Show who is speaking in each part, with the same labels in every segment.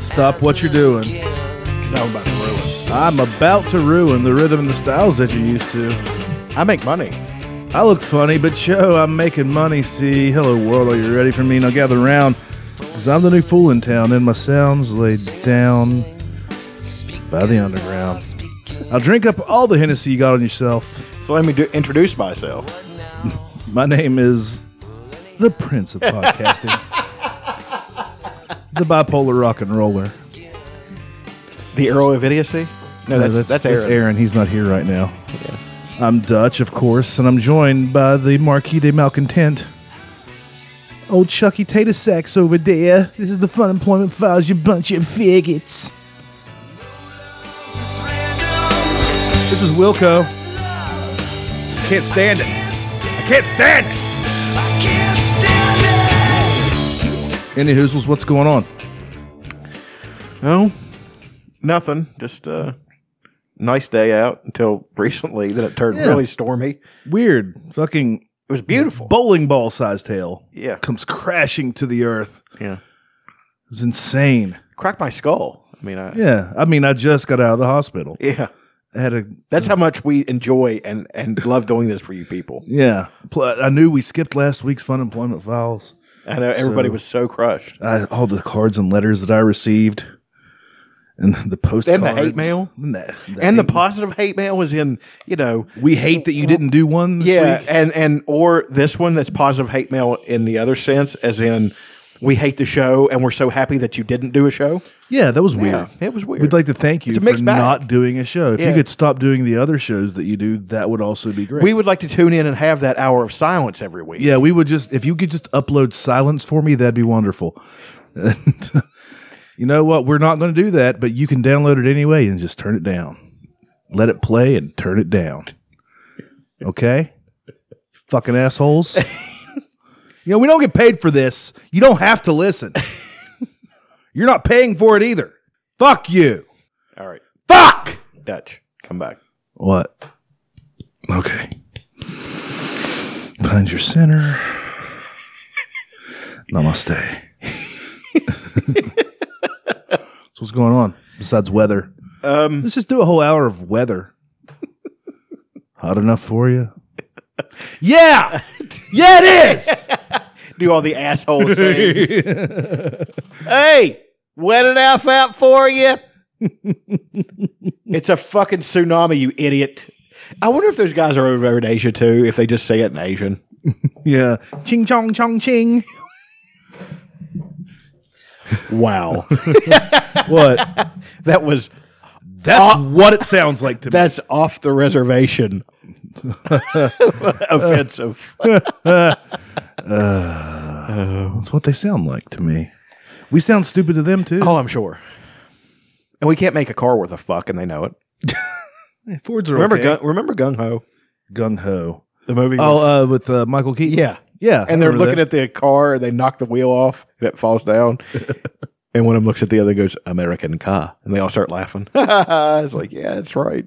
Speaker 1: Stop what you're doing.
Speaker 2: Because I'm about to ruin.
Speaker 1: I'm about to ruin the rhythm and the styles that you used to.
Speaker 2: I make money.
Speaker 1: I look funny, but show I'm making money. See, hello world, are you ready for me? Now gather round, cause I'm the new fool in town, and my sounds laid down by the underground. I'll drink up all the Hennessy you got on yourself.
Speaker 2: So let me do, introduce myself.
Speaker 1: My name is the Prince of Podcasting, the bipolar rock and roller.
Speaker 2: The Earl of Idiocy? No, that's,
Speaker 1: No,
Speaker 2: that's, Aaron.
Speaker 1: He's not here right now. I'm Dutch, of course, and I'm joined by the Marquis de Malcontent. Old Chucky Tater Sacks over there. This is the Fun Employment Files, you bunch of faggots. This is Wilco. Can't stand it. I can't stand it. Any hoozles, what's going on?
Speaker 2: No, nothing. Just uh, nice day out until recently. Then it turned
Speaker 1: Yeah.
Speaker 2: really stormy. It
Speaker 1: Weird. Fucking
Speaker 2: was beautiful.
Speaker 1: bowling ball sized hail.
Speaker 2: Yeah.
Speaker 1: Comes crashing to the earth.
Speaker 2: yeah,
Speaker 1: It was insane.
Speaker 2: cracked my skull. I mean, I, yeah.
Speaker 1: Yeah. I mean, I just got out of the hospital. I had a,
Speaker 2: That's how much we enjoy and and love doing this for you people.
Speaker 1: yeah. Pl- I knew we skipped last week's fun employment files.
Speaker 2: I know everybody
Speaker 1: So-
Speaker 2: was so crushed.
Speaker 1: I, all the cards and letters that I received and the postcards.
Speaker 2: hate mail.
Speaker 1: And the, the
Speaker 2: And the
Speaker 1: hate-
Speaker 2: positive hate mail was in, you know,
Speaker 1: we hate that you didn't do one this
Speaker 2: yeah,
Speaker 1: week.
Speaker 2: and and or this one that's positive hate mail in the other sense, as in we hate the show and we're so happy that you didn't do a show.
Speaker 1: Yeah, that was weird.
Speaker 2: Yeah, it was weird.
Speaker 1: We'd like to thank you
Speaker 2: It's a
Speaker 1: for
Speaker 2: mixed bag.
Speaker 1: not doing a show. If you
Speaker 2: Yeah.
Speaker 1: could stop doing the other shows that you do, that would also be great.
Speaker 2: We would like to tune in and have that hour of silence every week.
Speaker 1: yeah, we would just, if you could just upload silence for me, that'd be wonderful. And you know what? We're not going to do that, but you can download it anyway and just turn it down. Let it play and turn it down. Okay? Fucking assholes. you know, we don't get paid for this. You don't have to listen. You're not paying for it either. Fuck you.
Speaker 2: All right,
Speaker 1: Fuck!
Speaker 2: Dutch, come back.
Speaker 1: What? Okay. Find your center. Namaste. so what's going on besides weather?
Speaker 2: Um,
Speaker 1: Let's just do a whole hour of weather. Hot enough for you? Yeah, yeah, it is.
Speaker 2: do all the asshole things. hey, wet enough out for you? it's a fucking tsunami, you idiot. I wonder if those guys are over in Asia too. If they just say it in Asian.
Speaker 1: yeah, ching chong chong ching.
Speaker 2: Wow,
Speaker 1: What?
Speaker 2: that was
Speaker 1: That's what it sounds like to me.
Speaker 2: That's off the reservation. Offensive.
Speaker 1: That's what they sound like to me. We sound stupid to them too.
Speaker 2: Oh, I'm sure. And we can't make a car worth a fuck, and they know it.
Speaker 1: Fords are
Speaker 2: Remember,
Speaker 1: okay.
Speaker 2: gun, remember Gung Ho,
Speaker 1: gung ho.
Speaker 2: the movie. with-
Speaker 1: Oh, uh, with uh, Michael Keaton.
Speaker 2: yeah,
Speaker 1: yeah.
Speaker 2: And they're
Speaker 1: remember
Speaker 2: looking
Speaker 1: that.
Speaker 2: at the car, and they knock the wheel off, and it falls down. and one of them looks at the other, and goes American car, and they all start laughing. it's like, yeah, that's right.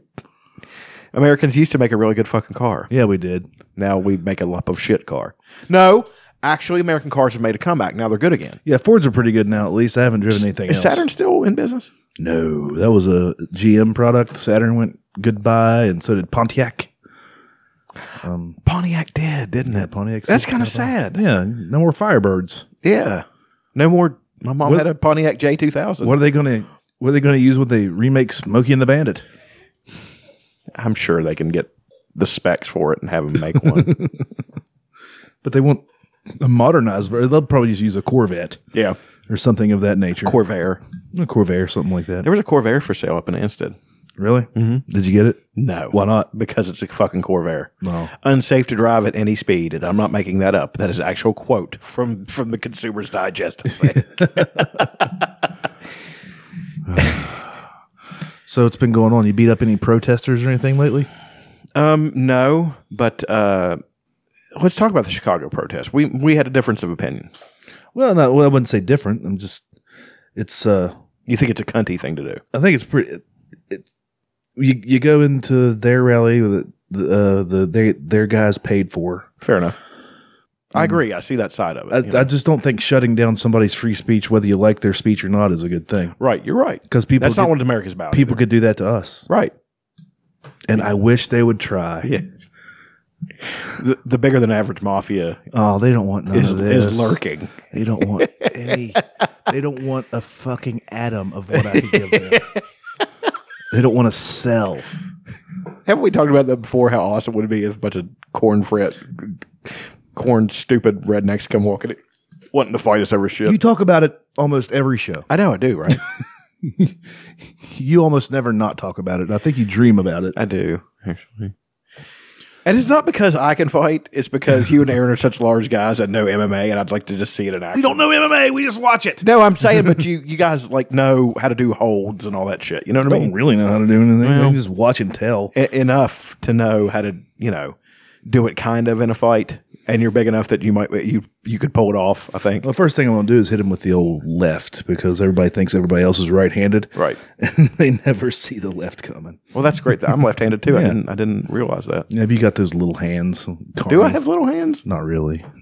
Speaker 2: Americans used to make a really good fucking car.
Speaker 1: Yeah, we did.
Speaker 2: Now we make a lump of shit car. No, actually, American cars have made a comeback. Now they're good again.
Speaker 1: Yeah, Fords are pretty good now. At least I haven't driven anything
Speaker 2: Is
Speaker 1: else.
Speaker 2: Saturn still in business?
Speaker 1: No, that was a GM product. Saturn went goodbye, and so did Pontiac.
Speaker 2: Pontiac did, didn't
Speaker 1: Yeah, Pontiac.
Speaker 2: That's kind of sad.
Speaker 1: Yeah, no more Firebirds.
Speaker 2: Yeah. No more. My mom had a Pontiac J2000.
Speaker 1: What are they going to? What are they going to use when they remake Smokey and the Bandit?
Speaker 2: I'm sure they can get the specs for it and have them make one.
Speaker 1: But they won't a modernized. ver- They'll probably just use a Corvette
Speaker 2: yeah.
Speaker 1: or something of that nature.
Speaker 2: Corvair.
Speaker 1: a Corvair, or something like that.
Speaker 2: There was a Corvair for sale up in Instead.
Speaker 1: Really? Mm-hmm. Did you get it?
Speaker 2: No.
Speaker 1: Why not?
Speaker 2: Because it's a fucking Corvair.
Speaker 1: No.
Speaker 2: Unsafe to drive at any speed. And I'm not making that up. That is an actual quote from, from the Consumer's Digest. I think.
Speaker 1: So it's been going on. You beat up any protesters or anything lately?
Speaker 2: Um, no, but uh, let's talk about the Chicago protest. We we had a difference of opinion.
Speaker 1: Well, no, well, I wouldn't say different. I'm just, it's, uh,
Speaker 2: You think it's a cunty thing to do?
Speaker 1: I think it's pretty. It, it, you you go into their rally with the, uh, the they their guys paid for,
Speaker 2: Fair enough. I agree. I see that side of it.
Speaker 1: I,
Speaker 2: you know.
Speaker 1: I just don't think shutting down somebody's free speech, whether you like their speech or not, is a good thing.
Speaker 2: right. You're right.
Speaker 1: Because people,
Speaker 2: That's
Speaker 1: could,
Speaker 2: not what America's about.
Speaker 1: people
Speaker 2: either.
Speaker 1: could do that to us,
Speaker 2: right.
Speaker 1: and I wish they would try.
Speaker 2: Yeah. The, the bigger than average mafia
Speaker 1: Oh, they don't want none
Speaker 2: is,
Speaker 1: of this.
Speaker 2: is lurking.
Speaker 1: They don't want any. They don't want a fucking atom of what I could give them. They don't want to sell.
Speaker 2: Haven't we talked about that before? How awesome would it be if a bunch of corn fret, corn stupid rednecks come walking, in, wanting to fight us over shit?
Speaker 1: You talk about it almost every show.
Speaker 2: I know I do, right?
Speaker 1: You almost never not talk about it. I think you dream about it.
Speaker 2: I do actually. And it's not because I can fight; it's because you and Aaron are such large guys that know MMA, and I'd like to just see it in action.
Speaker 1: We don't know MMA. We just watch it.
Speaker 2: No, I'm saying, but you you guys like know how to do holds and all that shit. You know what I mean?
Speaker 1: really know how to do anything. They just watch and tell.
Speaker 2: E- enough to know how to you know do it kind of in a fight, and you're big enough that you might you you could pull it off. I think.
Speaker 1: The first thing I'm going to do is hit him with the old left because everybody thinks everybody else is right-handed.
Speaker 2: Right.
Speaker 1: And they never see the left coming.
Speaker 2: Well, that's great. that I'm left-handed too. I didn't I didn't realize that.
Speaker 1: Have you got those little hands?
Speaker 2: Do I have little hands?
Speaker 1: Not really.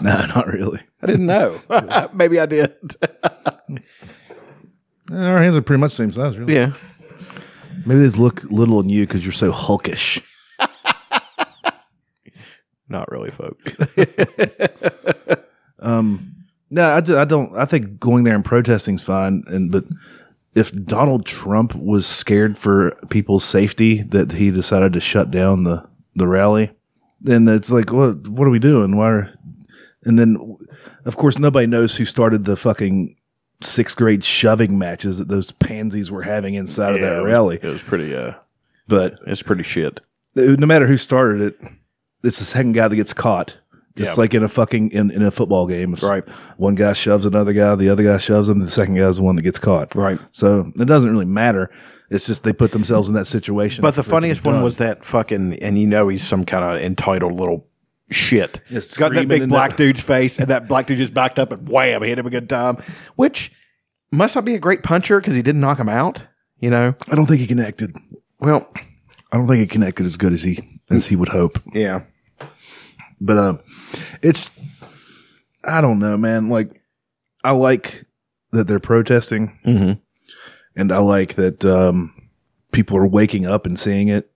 Speaker 1: No, not really.
Speaker 2: I didn't know. Maybe I did.
Speaker 1: Our hands are pretty much the same size, really.
Speaker 2: Yeah.
Speaker 1: Maybe they just look little on you because you're so hulkish.
Speaker 2: Not really, folks.
Speaker 1: No, I, do, I don't. I think going there and protesting's fine. And but if Donald Trump was scared for people's safety that he decided to shut down the the rally, then it's like, what what are we doing? Why? Are, and then, of course, nobody knows who started the fucking sixth grade shoving matches that those pansies were having inside of that rally.
Speaker 2: It was pretty. Uh,
Speaker 1: But
Speaker 2: it's pretty shit.
Speaker 1: no matter who started it, it's the second guy that gets caught. Just
Speaker 2: Yeah.
Speaker 1: like in a fucking in, in a football game, It's
Speaker 2: Right.
Speaker 1: One guy shoves another guy, the other guy shoves him, the second guy's the one that gets caught.
Speaker 2: Right.
Speaker 1: So it doesn't really matter. It's just they put themselves in that situation.
Speaker 2: But
Speaker 1: for
Speaker 2: the
Speaker 1: it to be
Speaker 2: funniest one
Speaker 1: done.
Speaker 2: was that fucking, and you know he's some kind of entitled little shit.
Speaker 1: Yeah,
Speaker 2: It's got that
Speaker 1: screaming
Speaker 2: big
Speaker 1: and
Speaker 2: black
Speaker 1: that-
Speaker 2: dude's face, and that black dude just backed up and wham, hit him a good time. Which must not be a great puncher because he didn't knock him out. You know.
Speaker 1: I don't think he connected.
Speaker 2: Well,
Speaker 1: I don't think he connected as good as he as he would hope.
Speaker 2: yeah.
Speaker 1: But um, it's I don't know, man. Like I like that they're protesting,
Speaker 2: Mm-hmm.
Speaker 1: and I like that um, people are waking up and seeing it,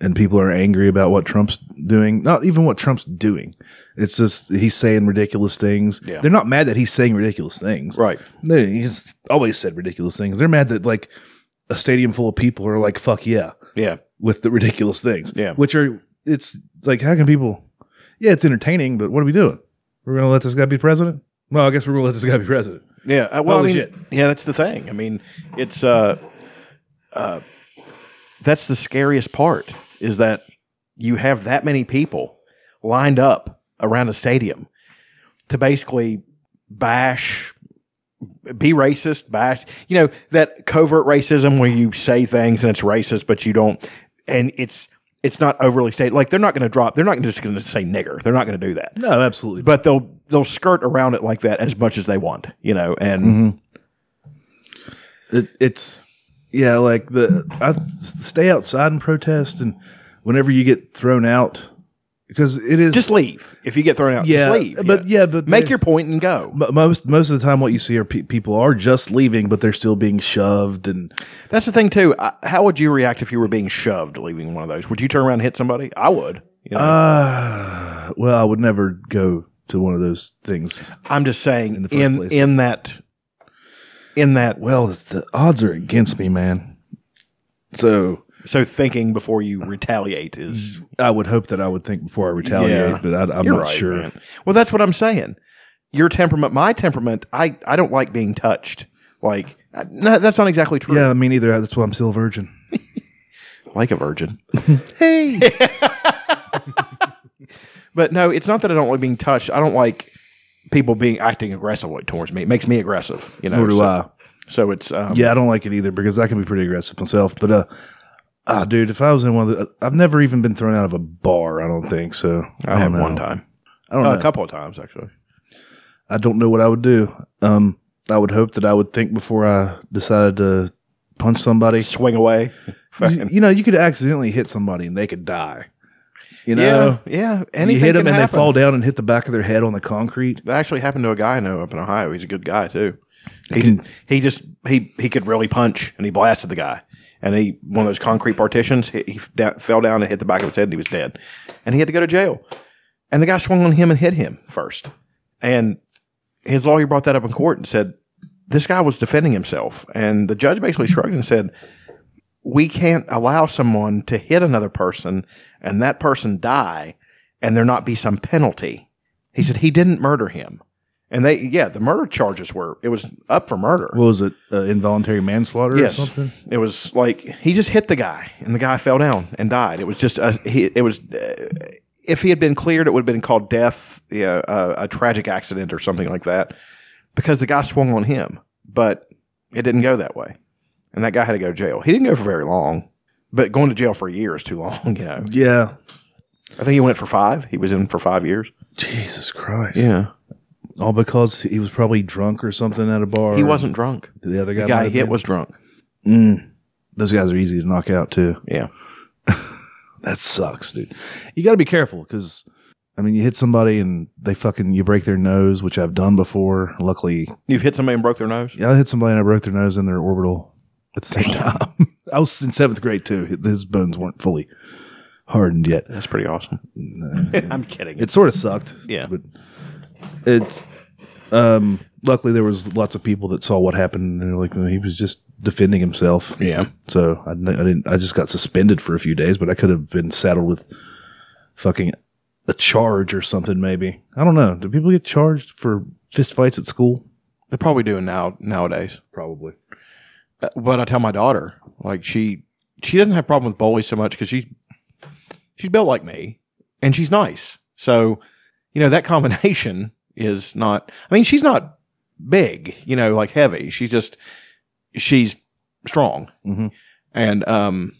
Speaker 1: and people are angry about what Trump's doing. Not even what Trump's doing. It's just he's saying ridiculous things.
Speaker 2: Yeah.
Speaker 1: They're not mad that he's saying ridiculous things.
Speaker 2: Right.
Speaker 1: They, he's always said ridiculous things. They're mad that like a stadium full of people are like fuck yeah
Speaker 2: Yeah.
Speaker 1: with the ridiculous things.
Speaker 2: Yeah.
Speaker 1: Which are it's like how can people? Yeah, it's entertaining, but what are we doing? We're gonna let this guy be president? Well, I guess we're gonna let this guy be president.
Speaker 2: Yeah. uh, well,
Speaker 1: Holy
Speaker 2: I mean,
Speaker 1: shit.
Speaker 2: yeah, that's the thing. I mean, it's uh, uh, that's the scariest part is that you have that many people lined up around a stadium to basically bash be racist, bash. You know that covert racism where you say things and it's racist, but you don't, and it's it's not overly stated. Like they're not going to drop. They're not just going to say nigger. They're not going to do that
Speaker 1: No, absolutely.
Speaker 2: but they'll they'll skirt around it like that as much as they want, you know. And
Speaker 1: it, it's yeah like the i stay outside and protest and whenever you get thrown out because it is
Speaker 2: just leave if you get thrown out.
Speaker 1: Yeah,
Speaker 2: just leave.
Speaker 1: but- yeah, but
Speaker 2: make
Speaker 1: they-
Speaker 2: your point and go.
Speaker 1: mo- most most of the time what you see are pe- people are just leaving but they're still being shoved and
Speaker 2: That's the thing too. I, how would you react if you were being shoved leaving one of those? Would you turn around and hit somebody? I would. You know?
Speaker 1: uh well i would never go to one of those things
Speaker 2: I'm just saying in
Speaker 1: the first
Speaker 2: in,
Speaker 1: place.
Speaker 2: that in that.
Speaker 1: well it's the odds are against me man so
Speaker 2: So thinking before you retaliate is
Speaker 1: i would hope that i would think before i retaliate
Speaker 2: Yeah.
Speaker 1: but I, i'm
Speaker 2: You're
Speaker 1: not
Speaker 2: right,
Speaker 1: sure
Speaker 2: man. Well, that's what I'm saying. Your temperament, my temperament. I I don't like being touched. Like I- no, that's not exactly true.
Speaker 1: yeah me neither that's why i'm still a virgin
Speaker 2: Like a virgin.
Speaker 1: hey
Speaker 2: But no, it's not that I don't like being touched. I don't like people being acting aggressively towards me. It makes me aggressive. You know.
Speaker 1: nor do
Speaker 2: so,
Speaker 1: i
Speaker 2: so it's um,
Speaker 1: Yeah, I don't like it either because I can be pretty aggressive myself. But uh, ah, dude, if I was in one of the, uh, I've never even been thrown out of a bar. I don't think so. I,
Speaker 2: I
Speaker 1: don't
Speaker 2: have
Speaker 1: know.
Speaker 2: one time,
Speaker 1: I don't
Speaker 2: Uh,
Speaker 1: know.
Speaker 2: a couple of times actually.
Speaker 1: I don't know what I would do. Um, I would hope that I would think before I decided to punch somebody.
Speaker 2: Swing away.
Speaker 1: You, you know, you could accidentally hit somebody and they could die. You know,
Speaker 2: yeah, yeah.
Speaker 1: you
Speaker 2: Anything
Speaker 1: hit them
Speaker 2: can
Speaker 1: and they
Speaker 2: happen.
Speaker 1: fall down and hit the back of their head on the concrete.
Speaker 2: That actually happened to a guy I know up in Ohio. He's a good guy too. He
Speaker 1: can-
Speaker 2: did- he just he he could really punch, and he blasted the guy. And he one of those concrete partitions. He, he da- fell down and hit the back of his head, and he was dead. And he had to go to jail. And the guy swung on him and hit him first. And his lawyer brought that up in court and said this guy was defending himself. And the judge basically shrugged and said, "We can't allow someone to hit another person and that person die, and there not be some penalty." He said he didn't murder him. And they, yeah, the murder charges were, it was up for murder.
Speaker 1: What was it? Uh, involuntary manslaughter
Speaker 2: yes.
Speaker 1: or something?
Speaker 2: It was like, he just hit the guy and the guy fell down and died. It was just, a, he, it was, uh, if he had been cleared, it would have been called death, yeah, uh, a tragic accident or something like that because the guy swung on him, but it didn't go that way. And that guy had to go to jail. He didn't go for very long, but going to jail for a year is too long, you know.
Speaker 1: Yeah.
Speaker 2: I think he went for five. He was in for five years.
Speaker 1: Jesus Christ.
Speaker 2: Yeah.
Speaker 1: All because he was probably drunk or something at a bar.
Speaker 2: He wasn't drunk.
Speaker 1: The other guy, might
Speaker 2: The guy
Speaker 1: have
Speaker 2: hit
Speaker 1: been.
Speaker 2: was drunk.
Speaker 1: Mm. Those guys are easy to knock out too.
Speaker 2: Yeah.
Speaker 1: That sucks, dude. You got to be careful because, I mean, you hit somebody and they fucking you break their nose, which I've done before. Luckily,
Speaker 2: You've hit somebody and broke their nose?
Speaker 1: yeah, I hit somebody and I broke their nose and their orbital at the same time. I was in seventh grade too. His bones weren't fully hardened yet.
Speaker 2: That's pretty awesome. I'm kidding.
Speaker 1: It sort of sucked.
Speaker 2: Yeah.
Speaker 1: but it's um. Luckily, there was lots of people that saw what happened and they're like, "Oh, he was just defending himself.
Speaker 2: yeah.
Speaker 1: So I, kn- I didn't. I just got suspended for a few days, but I could have been saddled with fucking a charge or something. Maybe I don't know. Do people get charged for fist fights at school?
Speaker 2: They're probably doing now nowadays.
Speaker 1: Probably.
Speaker 2: Uh, But I tell my daughter, like she she doesn't have problem with bullies so much because she's she's built like me and she's nice. So, you know, that combination is not I mean, she's not big, you know, like heavy. She's just she's strong.
Speaker 1: hmm
Speaker 2: and um,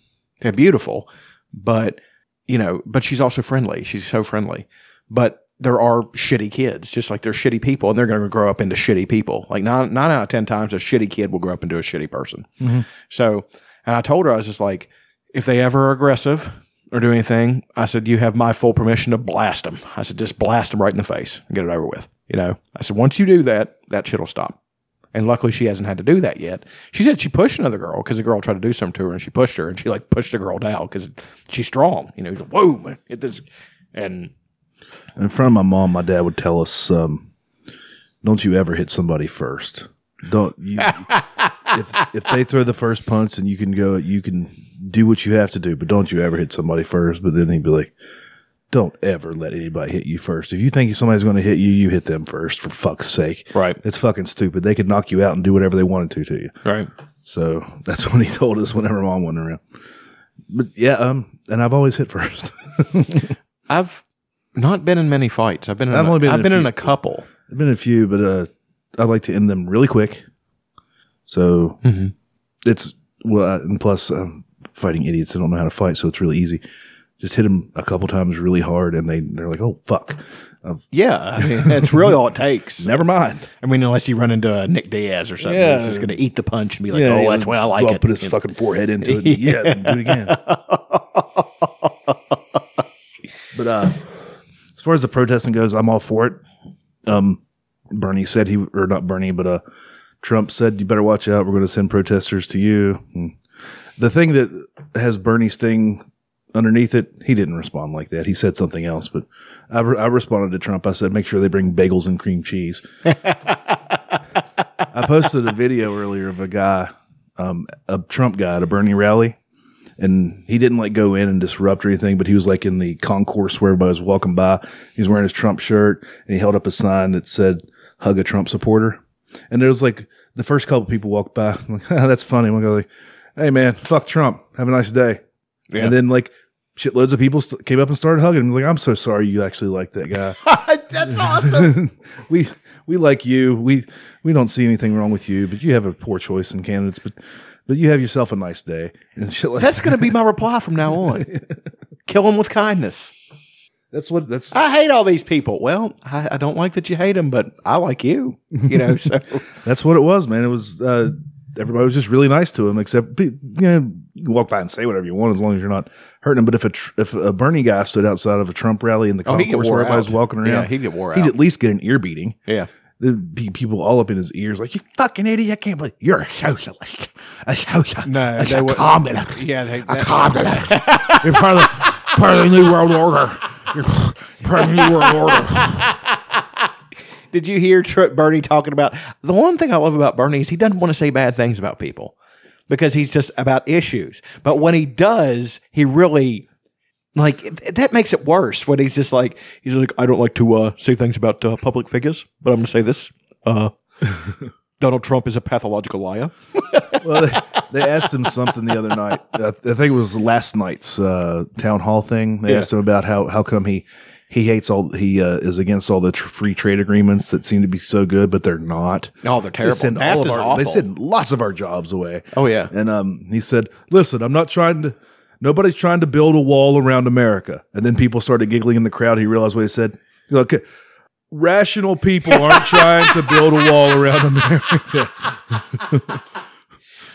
Speaker 2: they're beautiful, but you know, but she's also friendly. She's so friendly, but there are shitty kids, just like they're shitty people, and they're going to grow up into shitty people. Like nine nine out of ten times, a shitty kid will grow up into a shitty person.
Speaker 1: Mhm.
Speaker 2: So, and I told her I was just like, if they ever are aggressive or do anything, I said you have my full permission to blast them. I said just blast them right in the face and get it over with. You know, I said once you do that, that shit'll stop. And luckily, she hasn't had to do that yet. She said she pushed another girl because the girl tried to do something to her, and she pushed her, and she like pushed the girl down because she's strong. You know, she's like, whoa, man, hit this, and
Speaker 1: In front of my mom, my dad would tell us, um, "Don't you ever hit somebody first. Don't you? if if they throw the first punch, and you can go, you can do what you have to do, but don't you ever hit somebody first. But then he'd be like, "Don't ever let anybody hit you first. If you think somebody's going to hit you, you hit them first. For fuck's sake,
Speaker 2: Right.
Speaker 1: It's fucking stupid. They could knock you out and do whatever they wanted to to you.
Speaker 2: right,
Speaker 1: So that's what he told us whenever mom went around. But yeah, um, and I've always hit first.
Speaker 2: I've not been in many fights. I've been in
Speaker 1: I've
Speaker 2: a,
Speaker 1: only been
Speaker 2: I've
Speaker 1: in a
Speaker 2: been in
Speaker 1: few.
Speaker 2: a couple.
Speaker 1: There've been a few, but uh, I like to end them really quick. So it's well, uh, and plus I'm fighting idiots that don't know how to fight, so it's really easy. Just hit them a couple times really hard, and they they're like, "Oh fuck, I've,
Speaker 2: Yeah, I mean, that's really all it takes.
Speaker 1: never mind."
Speaker 2: I mean, unless you run into a Nick Diaz or something,
Speaker 1: Yeah.
Speaker 2: he's just going to eat the punch and be like, "Oh, that's why I like
Speaker 1: so I'll
Speaker 2: it."
Speaker 1: Put his fucking forehead into it. and- yeah, and do it again. but uh, as far as the protesting goes, I'm all for it. Um, Bernie said he, or not Bernie, but uh, Trump said you better watch out. We're going to send protesters to you. And the thing that has Bernie's thing underneath it, he didn't respond like that. He said something else, but I, re- I responded to Trump. I said, make sure they bring bagels and cream cheese. I posted a video earlier of a guy, um, a Trump guy at a Bernie rally, and he didn't like go in and disrupt or anything, but he was like in the concourse where everybody was walking by. He was wearing his Trump shirt and he held up a sign that said, hug a Trump supporter. And there was like the first couple people walked by. I'm like, that's funny. One guy was like, hey man, fuck Trump. Have a nice day.
Speaker 2: Yeah.
Speaker 1: And then like shitloads of people st- came up and started hugging him. Like, I'm so sorry you actually like that guy
Speaker 2: that's awesome.
Speaker 1: we we like you. We we don't see anything wrong with you, but you have a poor choice in candidates. But but you have yourself a nice day and shit like
Speaker 2: That's going to be my reply from now on. Kill him with kindness.
Speaker 1: that's what that's.
Speaker 2: I hate all these people. Well, I, I don't like that you hate them, but I like you. You know, so
Speaker 1: That's what it was, man. It was uh, everybody was just really nice to him, except pe- you know, can walk by and say whatever you want as long as you're not hurting them. But if a tr- if a Bernie guy stood outside of a Trump rally in the
Speaker 2: Oh, he'd get
Speaker 1: concourse
Speaker 2: wore
Speaker 1: where everybody's
Speaker 2: out.
Speaker 1: walking around,
Speaker 2: Yeah, he'd get wore
Speaker 1: he'd
Speaker 2: out.
Speaker 1: at least get an ear beating.
Speaker 2: Yeah.
Speaker 1: There'd be people all up in his ears, like you fucking idiot! I can't believe you're a socialist, a socialist,
Speaker 2: No,
Speaker 1: a,
Speaker 2: they
Speaker 1: a
Speaker 2: wouldn't.
Speaker 1: communist,
Speaker 2: Yeah, they-
Speaker 1: a
Speaker 2: that-
Speaker 1: communist. you're part of, the, part of the new world order. You're part of the new world order.
Speaker 2: Did you hear Tr- Bernie talking about the one thing I love about Bernie is he doesn't want to say bad things about people because he's just about issues. But when he does, he really like th- that makes it worse. When he's just like he's like I don't like to uh, say things about uh, public figures, but I'm going to say this. Uh, Donald Trump is a pathological liar.
Speaker 1: well, they, they asked him something the other night. I, I think it was last night's uh, town hall thing. They
Speaker 2: Yeah.
Speaker 1: asked him about how how come he he hates all he uh, is against all the tr- free trade agreements that seem to be so good, but they're not.
Speaker 2: Oh, they're
Speaker 1: They
Speaker 2: terrible.
Speaker 1: send all
Speaker 2: NAFTA's
Speaker 1: of our
Speaker 2: awful.
Speaker 1: they send lots of our jobs away.
Speaker 2: Oh, yeah.
Speaker 1: and um, he said, "Listen, I'm not trying to." Nobody's trying to build a wall around America. And then people started giggling in the crowd. He realized what he said. He's like, rational people aren't trying to build a wall around America.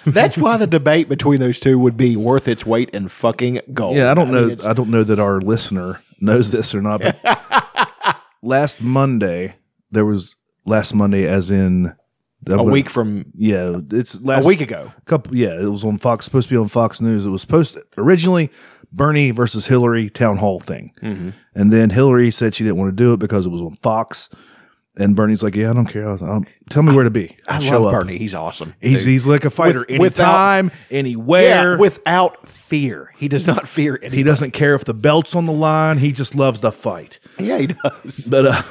Speaker 2: That's why the debate between those two would be worth its weight in fucking gold.
Speaker 1: Yeah, I don't
Speaker 2: mean,
Speaker 1: know.
Speaker 2: it's-
Speaker 1: I don't know that our listener knows this or not. But last Monday, there was last Monday, as in
Speaker 2: a week from
Speaker 1: Yeah, it's
Speaker 2: a
Speaker 1: last
Speaker 2: week ago.
Speaker 1: Couple. Yeah, it was on Fox. Supposed to be on Fox News. It was supposed originally Bernie versus Hillary town hall thing,
Speaker 2: Mm-hmm.
Speaker 1: and then Hillary said she didn't want to do it because it was on Fox. And Bernie's like, "Yeah, I don't care. I'll, I'll- tell me where to be. I'll
Speaker 2: I
Speaker 1: show
Speaker 2: love
Speaker 1: up."
Speaker 2: Bernie. He's awesome.
Speaker 1: He's, he's like a fighter
Speaker 2: With- without-
Speaker 1: anytime, anywhere.
Speaker 2: Yeah, without fear. He does not fear it.
Speaker 1: he doesn't care if the belt's on the line. He just loves to fight.
Speaker 2: yeah, he does.
Speaker 1: But uh,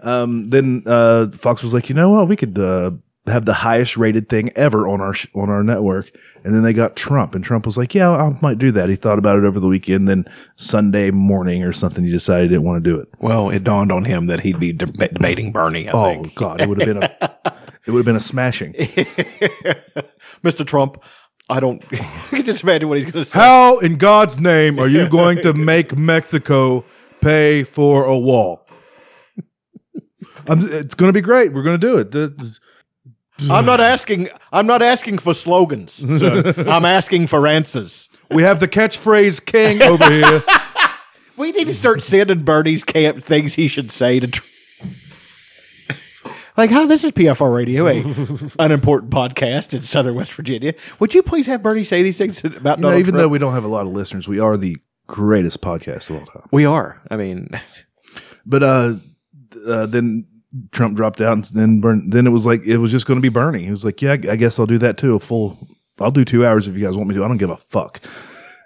Speaker 1: um, then uh, Fox was like, you know what? We could uh, have the highest rated thing ever on our sh- on our network. And then they got Trump, and Trump was like, yeah, I might do that. He thought about it over the weekend. Then Sunday morning or something, he decided he didn't want to do it.
Speaker 2: Well, it dawned on him that he'd be deb- debating Bernie. I
Speaker 1: Oh
Speaker 2: think,
Speaker 1: God, it would have been a it would have been a smashing.
Speaker 2: Mr. Trump. I don't. I can just imagine what he's going to say.
Speaker 1: How in God's name are you going to make Mexico pay for a wall? I'm, it's going to be great. We're going to do it. The- the-
Speaker 2: I'm not asking. I'm not asking for slogans. sir. I'm asking for answers.
Speaker 1: we have the catchphrase king over here.
Speaker 2: We need to start sending Bernie's camp things he should say to. Tr- like, hi, this is PFR Radio, a unimportant podcast in Southern West Virginia. Would you please have Bernie say these things about
Speaker 1: No,
Speaker 2: Donald
Speaker 1: even
Speaker 2: Trump?
Speaker 1: though we don't have a lot of listeners, we are the greatest podcast of all time.
Speaker 2: We are. I mean,
Speaker 1: But uh, uh then Trump dropped out, and then Bern- then it was like it was just going to be Bernie. He was like, "Yeah, I guess I'll do that too. A full, I'll do two hours if you guys want me to. I don't give a fuck."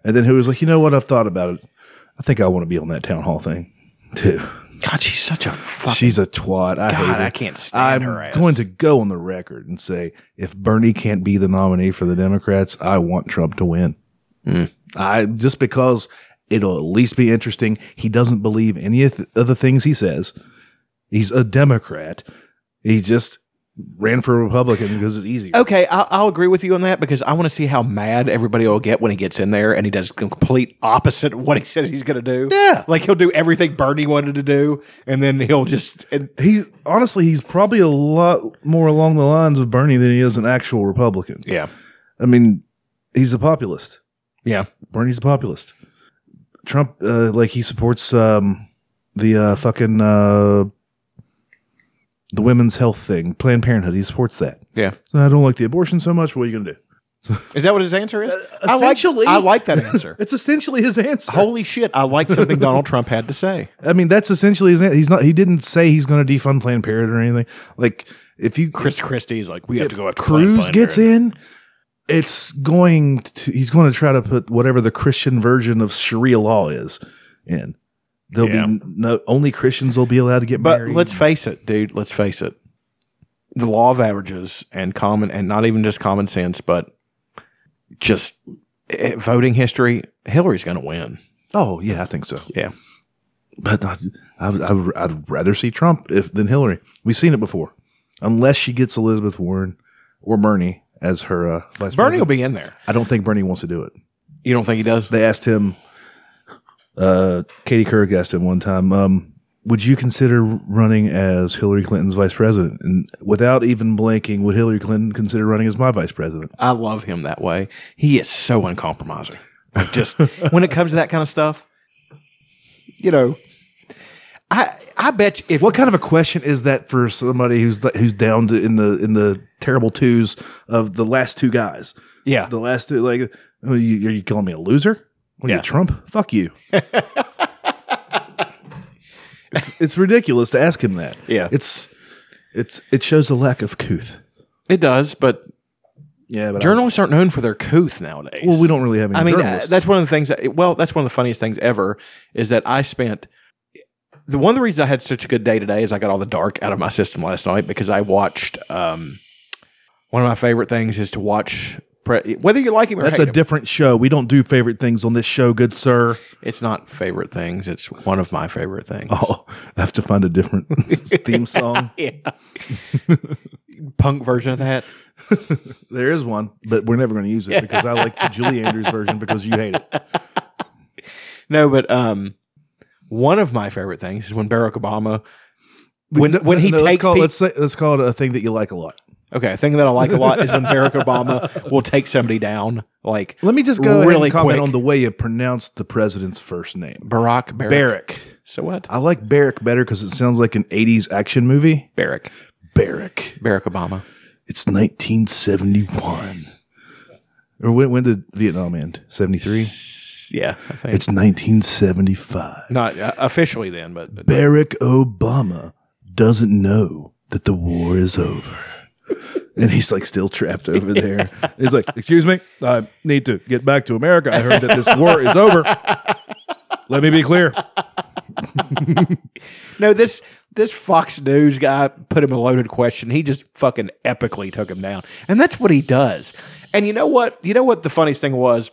Speaker 1: And then who was like, "You know what? I've thought about it. I think I want to be on that town hall thing too."
Speaker 2: God, she's such a fucking.
Speaker 1: She's a twat. I hate
Speaker 2: God,
Speaker 1: her.
Speaker 2: I can't stand
Speaker 1: I'm
Speaker 2: her ass.
Speaker 1: going to go on the record and say if Bernie can't be the nominee for the Democrats, I want Trump to win.
Speaker 2: Hmm.
Speaker 1: I just because it'll at least be interesting. He doesn't believe any of, th- of the things he says. He's a Democrat. He just ran for a Republican because it's easier.
Speaker 2: okay, I'll, I'll agree with you on that because I want to see how mad everybody will get when he gets in there and he does the complete opposite of what he says he's going to do.
Speaker 1: Yeah.
Speaker 2: like he'll do everything Bernie wanted to do, and then he'll just. And,
Speaker 1: He honestly, he's probably a lot more along the lines of Bernie than he is an actual Republican.
Speaker 2: yeah,
Speaker 1: I mean, he's a populist.
Speaker 2: yeah.
Speaker 1: Bernie's a populist. Trump, uh, like he supports um, the uh, fucking uh, the women's health thing, Planned Parenthood. He supports that.
Speaker 2: Yeah.
Speaker 1: So I don't like the abortion so much. What are you gonna do?
Speaker 2: Is that what his answer is?
Speaker 1: essentially.
Speaker 2: I like, I like that answer.
Speaker 1: It's essentially his answer.
Speaker 2: Holy shit, I like something Donald Trump had to say.
Speaker 1: I mean, that's essentially his. An- he's not. He didn't say he's gonna defund Planned Parenthood or anything. Like if you
Speaker 2: Chris Christie is like, we have to go after
Speaker 1: Cruz gets in. It's going to. He's going to try to put whatever the Christian version of Sharia law is in. There'll
Speaker 2: Yeah.
Speaker 1: be no only Christians will be allowed to get
Speaker 2: But
Speaker 1: married.
Speaker 2: let's face it, dude. Let's face it. The law of averages and common, and not even just common sense, but just eh, voting history. Hillary's going to win.
Speaker 1: Oh yeah, I think so.
Speaker 2: Yeah.
Speaker 1: But I, I, I, I'd rather see Trump if than Hillary. We've seen it before, unless she gets Elizabeth Warren or Bernie as her uh, vice
Speaker 2: Bernie will
Speaker 1: president.
Speaker 2: be in there.
Speaker 1: I don't think Bernie wants to do it.
Speaker 2: You don't think he does?
Speaker 1: They asked him. Uh, Katie Couric asked him one time. Um, would you consider running as Hillary Clinton's vice president? And without even blinking, would Hillary Clinton consider running as my vice president?
Speaker 2: I love him that way. He is so uncompromising. Like, just when it comes to that kind of stuff, you know, I I bet you if
Speaker 1: What kind of a question is that for somebody who's who's down to, in the in the terrible twos of the last two guys?
Speaker 2: yeah
Speaker 1: The last two, like, oh, you, are you calling me a loser? What are
Speaker 2: Yeah.
Speaker 1: you, Trump? Fuck you. it's, it's ridiculous to ask him that.
Speaker 2: Yeah.
Speaker 1: it's it's it shows a lack of couth.
Speaker 2: it does, but
Speaker 1: Yeah, but I-
Speaker 2: journalists aren't known for their couth nowadays.
Speaker 1: well, we don't really have any.
Speaker 2: I mean, uh,
Speaker 1: journalists.
Speaker 2: that's one of the things. That, well, that's one of the funniest things ever is that I spent the one of the reasons I had such a good day today is I got all the dark out of my system last night because I watched um, one of my favorite things is to watch. Pre- whether you like him or
Speaker 1: That's
Speaker 2: hate
Speaker 1: a
Speaker 2: him,
Speaker 1: different show. We don't do favorite things on this show, good sir.
Speaker 2: it's not favorite things. It's one of my favorite things.
Speaker 1: Oh, I have to find a different theme song.
Speaker 2: yeah, punk version of that.
Speaker 1: There is one, but we're never going to use it because I like the Julie Andrews version because you hate it.
Speaker 2: No, but um, one of my favorite things is when Barack Obama, when
Speaker 1: No,
Speaker 2: when he
Speaker 1: no, let's
Speaker 2: takes
Speaker 1: call,
Speaker 2: peop-
Speaker 1: let's say, let's call it a thing that you like a lot.
Speaker 2: Okay, a thing that I like a lot is when Barack Obama will take somebody down, like
Speaker 1: Let me just go ahead
Speaker 2: Really
Speaker 1: and comment
Speaker 2: quick.
Speaker 1: on the way you pronounce the president's first name,
Speaker 2: Barack Barrack.
Speaker 1: Barrick.
Speaker 2: So what?
Speaker 1: I like Barrick better because it sounds like an '80s action movie.
Speaker 2: Barrack.
Speaker 1: Barrick.
Speaker 2: Barack Obama.
Speaker 1: It's 1971. Or when, when did Vietnam end? 73.
Speaker 2: S- Yeah, I think.
Speaker 1: It's 1975.
Speaker 2: not uh, officially then, but
Speaker 1: Barack Obama doesn't know that the war is over. And he's like still trapped over there. He's like, Excuse me, I need to get back to America. I heard that this war is over. Let me be clear.
Speaker 2: no, this this Fox News guy put him a loaded question. He just fucking epically took him down, and that's what he does. And you know what? You know what? The funniest thing was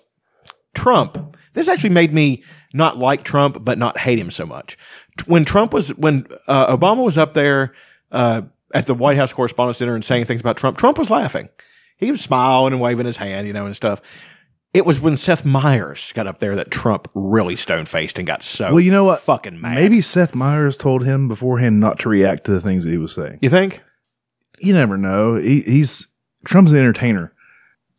Speaker 2: Trump. This actually made me not like Trump, but not hate him so much. T- When Trump was, when uh, Obama was up there uh, at the White House Correspondence Center and saying things about Trump, Trump was laughing. He was smiling and waving his hand, you know, and stuff. It was when Seth Meyers got up there that Trump really stone faced and got so
Speaker 1: Well, you know what?
Speaker 2: fucking mad.
Speaker 1: Maybe Seth Meyers told him beforehand not to react to the things that he was saying.
Speaker 2: you think?
Speaker 1: You never know. He, he's Trump's an entertainer.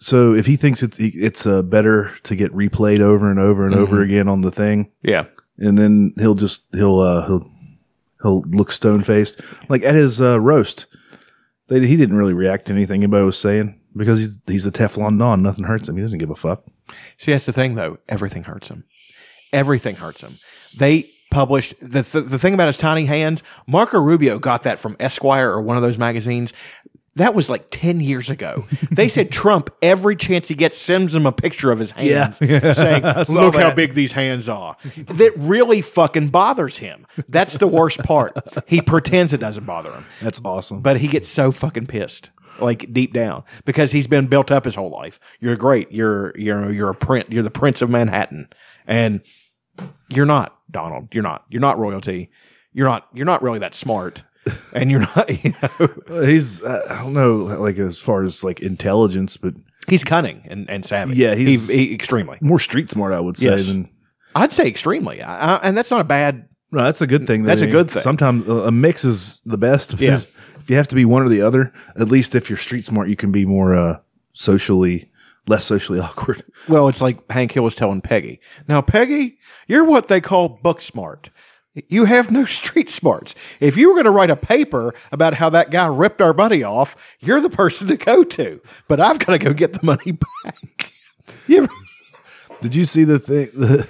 Speaker 1: So if he thinks it's it's uh, better to get replayed over and over and
Speaker 2: Mm-hmm.
Speaker 1: over again on the thing,
Speaker 2: Yeah.
Speaker 1: and then he'll just he'll uh, he'll he'll look stone faced. Like at his uh, roast, they, he didn't really react to anything anybody was saying because he's he's a Teflon Don. Nothing hurts him. He doesn't give a fuck.
Speaker 2: See, that's the thing, though. Everything hurts him. Everything hurts him. They published the th- the thing about his tiny hands. Marco Rubio got that from Esquire or one of those magazines. That was like ten years ago. they said Trump every chance he gets sends him a picture of his hands, saying,
Speaker 1: saw
Speaker 2: "Look how
Speaker 1: that.
Speaker 2: big these hands are." that really fucking bothers him. That's the worst part. he pretends it doesn't bother him
Speaker 1: That's awesome.
Speaker 2: but he gets so fucking pissed like deep down because he's been built up his whole life you're great you're you're you're a prince you're the prince of manhattan and you're not donald you're not you're not royalty you're not you're not really that smart and you're not you know
Speaker 1: he's uh, I don't know like as far as like intelligence, but
Speaker 2: he's cunning and, and savvy
Speaker 1: Yeah,
Speaker 2: He-
Speaker 1: he's-
Speaker 2: he, extremely
Speaker 1: more street smart I would say
Speaker 2: Yes.
Speaker 1: than.
Speaker 2: i'd say extremely I, I, and that's not a bad
Speaker 1: No, that's a good thing. that
Speaker 2: That's a
Speaker 1: he-
Speaker 2: good thing.
Speaker 1: Sometimes a a mix is the best. but
Speaker 2: Yeah.
Speaker 1: if you have to be one or the other, at least if you're street smart, you can be more uh, socially less socially awkward.
Speaker 2: Well, it's like Hank Hill was telling Peggy. Now, Peggy, you're what they call book smart. You have no street smarts. If you were going to write a paper about how that guy ripped our buddy off, you're the person to go to. But I've got to go get the money back. You ever-
Speaker 1: Did you see the thing the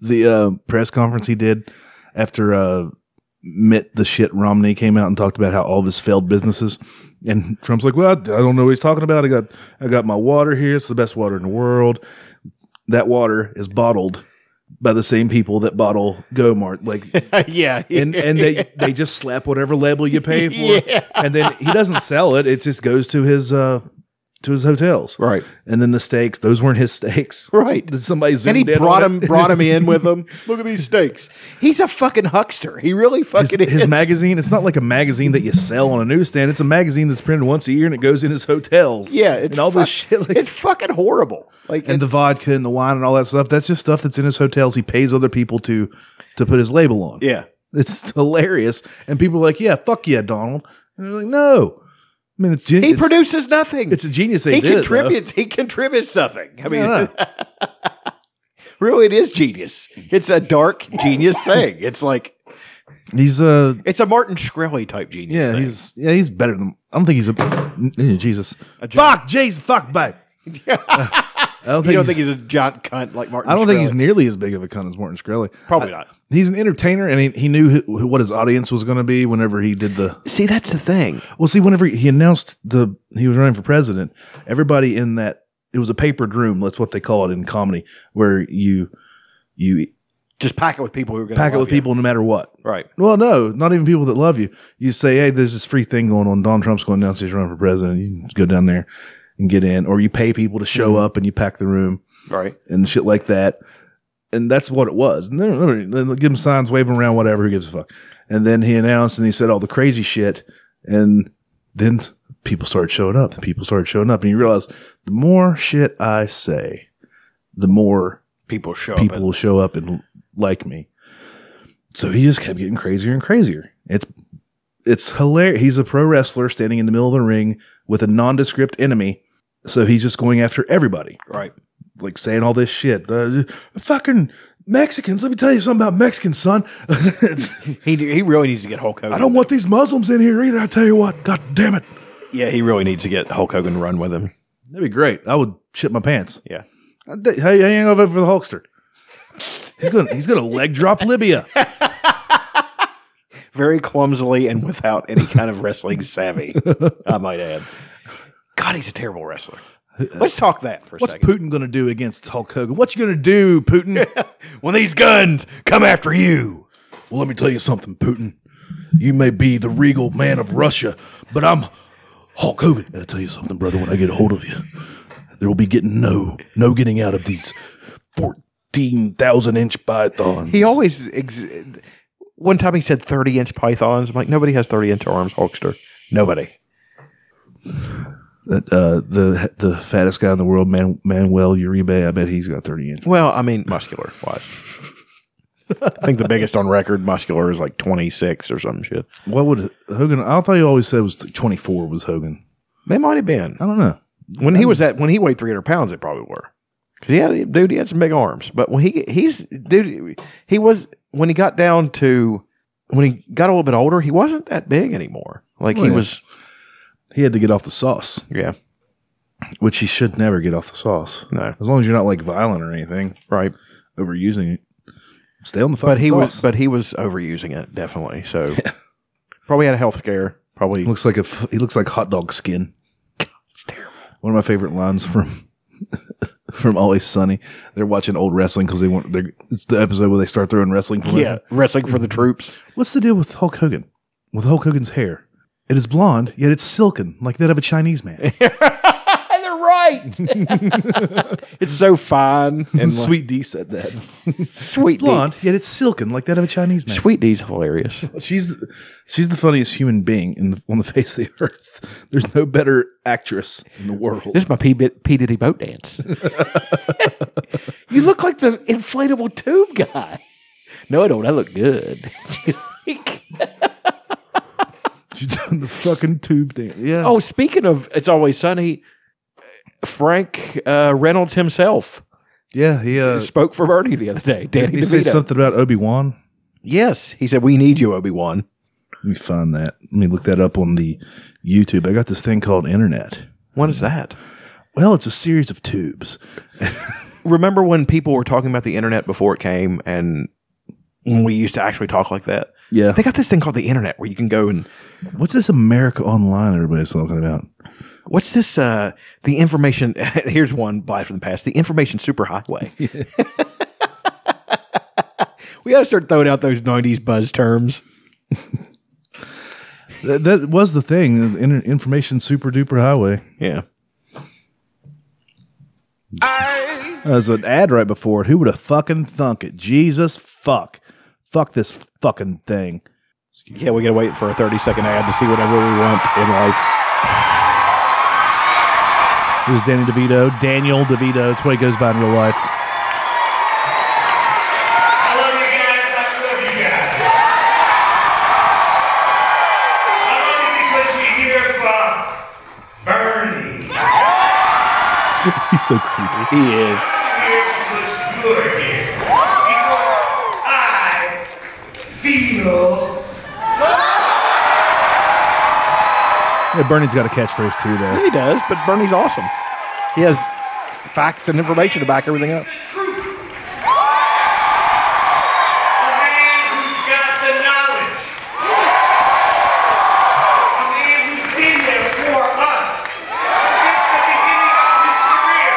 Speaker 1: the uh, press conference he did after uh, Mitt the shit Romney came out and talked about how all of his failed businesses and Trump's like, well, I don't know what he's talking about. I got I got my water here. It's the best water in the world. That water is bottled by the same people that bottle GoMart. Like
Speaker 2: yeah.
Speaker 1: and and they they just slap whatever label you pay for, and then he doesn't sell it. It just goes to his uh to his hotels,
Speaker 2: Right.
Speaker 1: And then the steaks; those weren't his steaks,
Speaker 2: Right.
Speaker 1: Did somebody
Speaker 2: and
Speaker 1: zoomed
Speaker 2: he
Speaker 1: in
Speaker 2: brought
Speaker 1: on
Speaker 2: him,
Speaker 1: it?
Speaker 2: brought him in with him. Look at these steaks. He's a fucking huckster. He really
Speaker 1: His,
Speaker 2: fucking
Speaker 1: his
Speaker 2: is.
Speaker 1: magazine. It's not like a magazine that you sell on a newsstand. It's a magazine that's printed once a year and it goes in his hotels.
Speaker 2: yeah, it's
Speaker 1: and all this
Speaker 2: fuck-
Speaker 1: shit. Like,
Speaker 2: it's fucking horrible. Like
Speaker 1: and the vodka and the wine and all that stuff. That's just stuff that's in his hotels. He pays other people to to put his label on.
Speaker 2: Yeah.
Speaker 1: It's hilarious. And people are like, yeah, fuck yeah, Donald. And they're like, no. I mean, it's genius.
Speaker 2: He produces nothing.
Speaker 1: It's a genius they
Speaker 2: he
Speaker 1: did. though.
Speaker 2: contributes. He contributes nothing. I mean,
Speaker 1: Yeah.
Speaker 2: really, it is genius. It's a dark genius thing. It's like
Speaker 1: He's uh
Speaker 2: it's a Martin Shkreli type genius.
Speaker 1: yeah
Speaker 2: thing.
Speaker 1: he's yeah he's better than I don't think he's a Mm, Jesus fuck Jesus fuck babe. I don't think,
Speaker 2: you don't
Speaker 1: he's,
Speaker 2: think he's a giant cunt like Martin.
Speaker 1: I don't think
Speaker 2: Shkreli.
Speaker 1: he's nearly as big of a cunt as Martin Shkreli.
Speaker 2: probably not.
Speaker 1: He's an entertainer, and he, he knew who, who- what his audience was going to be whenever he did the.
Speaker 2: See, that's the thing.
Speaker 1: Well, see, whenever he announced the he was running for president, everybody in that it was a papered room. That's what they call it in comedy, where you you
Speaker 2: Just pack it with people who are going to
Speaker 1: pack it with people no matter what.
Speaker 2: Right.
Speaker 1: Well, no, not even people that love you. You say, hey, there's this free thing going on. Don Trump's going to announce he's running for president. You can just go down there and get in, or you pay people to show up and you pack the room
Speaker 2: Right.
Speaker 1: and shit like that. And that's what it was. And then, then they'll give him signs, wave 'em around, whatever. Who gives a fuck? And then he announced and he said all the crazy shit. And then people started showing up. The people started showing up. And you realize the more shit I say, the more
Speaker 2: People show
Speaker 1: people
Speaker 2: up.
Speaker 1: will show up and like me. So he just kept getting crazier and crazier. It's it's hilarious. He's a pro wrestler standing in the middle of the ring with a nondescript enemy. So he's just going after everybody,
Speaker 2: and- Right.
Speaker 1: like saying all this shit. Uh, fucking Mexicans. Let me tell you something about Mexicans, son. It's-
Speaker 2: He he really needs to get Hulk Hogan.
Speaker 1: I don't want these Muslims in here either. I tell you what. God damn it.
Speaker 2: Yeah, he really needs to get Hulk Hogan to run with him.
Speaker 1: That'd be great. I would shit my pants.
Speaker 2: Yeah.
Speaker 1: I'd- Hey, I ain't gonna vote for the Hulkster. He's gonna he's gonna leg drop Libya.
Speaker 2: very clumsily and without any kind of wrestling savvy. I might add. God, he's a terrible wrestler. Let's talk that for a
Speaker 1: What's
Speaker 2: second.
Speaker 1: Putin going to do against Hulk Hogan? What you going to do, Putin?
Speaker 2: when these guns come after you,
Speaker 1: well, let me tell you something, Putin. You may be the regal man of Russia, but I'm Hulk Hogan. And I tell you something, brother. When I get a hold of you, there will be getting no, no getting out of these fourteen thousand inch pythons.
Speaker 2: he always. Ex- one time he said thirty inch pythons. I'm like, nobody has thirty inch arms, Hulkster. Nobody.
Speaker 1: That, uh, the the fattest guy in the world, Man, Manuel Uribe. I bet he's got thirty inch.
Speaker 2: Well, I mean, muscular wise. I think the biggest on record muscular is like twenty six or some shit.
Speaker 1: What would Hogan? I thought you always said was twenty four was Hogan.
Speaker 2: They might have been
Speaker 1: I don't know.
Speaker 2: when he was at when he weighed 300 pounds they probably were because he had dude he had some big arms but when he he's dude he was when he got down to when he got a little bit older he wasn't that big anymore like
Speaker 1: Well,
Speaker 2: he
Speaker 1: yeah.
Speaker 2: was
Speaker 1: He had to get off the sauce,
Speaker 2: yeah
Speaker 1: which he should never get off the sauce.
Speaker 2: no
Speaker 1: As long as you're not like violent or anything,
Speaker 2: right
Speaker 1: overusing it, stay on the fucking
Speaker 2: but he
Speaker 1: sauce.
Speaker 2: was but he was overusing it definitely so probably had a health scare probably
Speaker 1: looks like a f- he looks like hot dog skin.
Speaker 2: it's terrible
Speaker 1: One of my favorite lines from from Always Sunny. They're watching old wrestling because they want. They're, it's the episode where they start throwing wrestling.
Speaker 2: yeah
Speaker 1: promotion.
Speaker 2: wrestling for the troops
Speaker 1: What's the deal with Hulk Hogan? With Hulk Hogan's hair, it is blonde yet it's silken like that of a Chinese man.
Speaker 2: they're right it's so fine and sweet
Speaker 1: Sweet D said that.
Speaker 2: sweet
Speaker 1: Blonde yet it's silken like that of a Chinese man.
Speaker 2: D. sweet d's hilarious
Speaker 1: She's the, she's the funniest human being in the, on the face of the earth. There's no better actress in the world.
Speaker 2: This is my P, bit, P Diddy boat dance. you look like the inflatable tube guy. No, I don't. I look good.
Speaker 1: She's doing the fucking tube thing. Yeah.
Speaker 2: oh, speaking of It's Always Sunny, Frank uh, Reynolds himself
Speaker 1: Yeah, he uh,
Speaker 2: spoke for Bernie the other day.
Speaker 1: did
Speaker 2: Danny
Speaker 1: he say
Speaker 2: DeVito.
Speaker 1: something about Obi Wan.
Speaker 2: yes, he said, We need you, Obi Wan.
Speaker 1: Let me find that. Let me look that up on the YouTube. I got this thing called internet.
Speaker 2: What is that?
Speaker 1: Well, it's a series of tubes.
Speaker 2: Remember when people were talking about the internet before it came and when we used to actually talk like that?
Speaker 1: Yeah.
Speaker 2: They got this thing called the internet where you can go and
Speaker 1: What's this America Online everybody's talking about?
Speaker 2: What's this? Uh, the information. Here's one blast from the past. The information superhighway. we got to start throwing out those '90s buzz terms.
Speaker 1: That, that was the thing. is inter- information super duper highway.
Speaker 2: Yeah.
Speaker 1: There's an ad right before it. Who would have fucking thunk it? Jesus fuck. Fuck this fucking thing.
Speaker 2: Yeah, we got to wait for a 30 second ad to see whatever we want in life.
Speaker 1: It was Danny DeVito. Daniel DeVito. It's what he goes by in real life.
Speaker 3: I love you guys. I love you guys.
Speaker 1: He's so creepy.
Speaker 2: He is.
Speaker 3: America's good here. Because I feel
Speaker 1: Yeah, Bernie's got a catchphrase too, though.
Speaker 2: He does, but Bernie's awesome. He has facts and information to back everything up.
Speaker 3: the truth. A man who's got the knowledge. A man who's been there for us since the beginning of his career.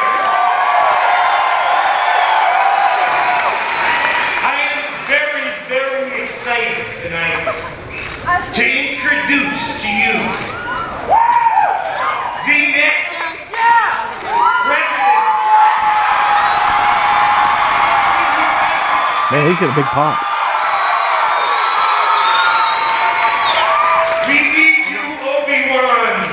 Speaker 3: I am very, very excited tonight to introduce to you the next president
Speaker 2: Man, he's got a big pop.
Speaker 3: We need you, Obi-Wan.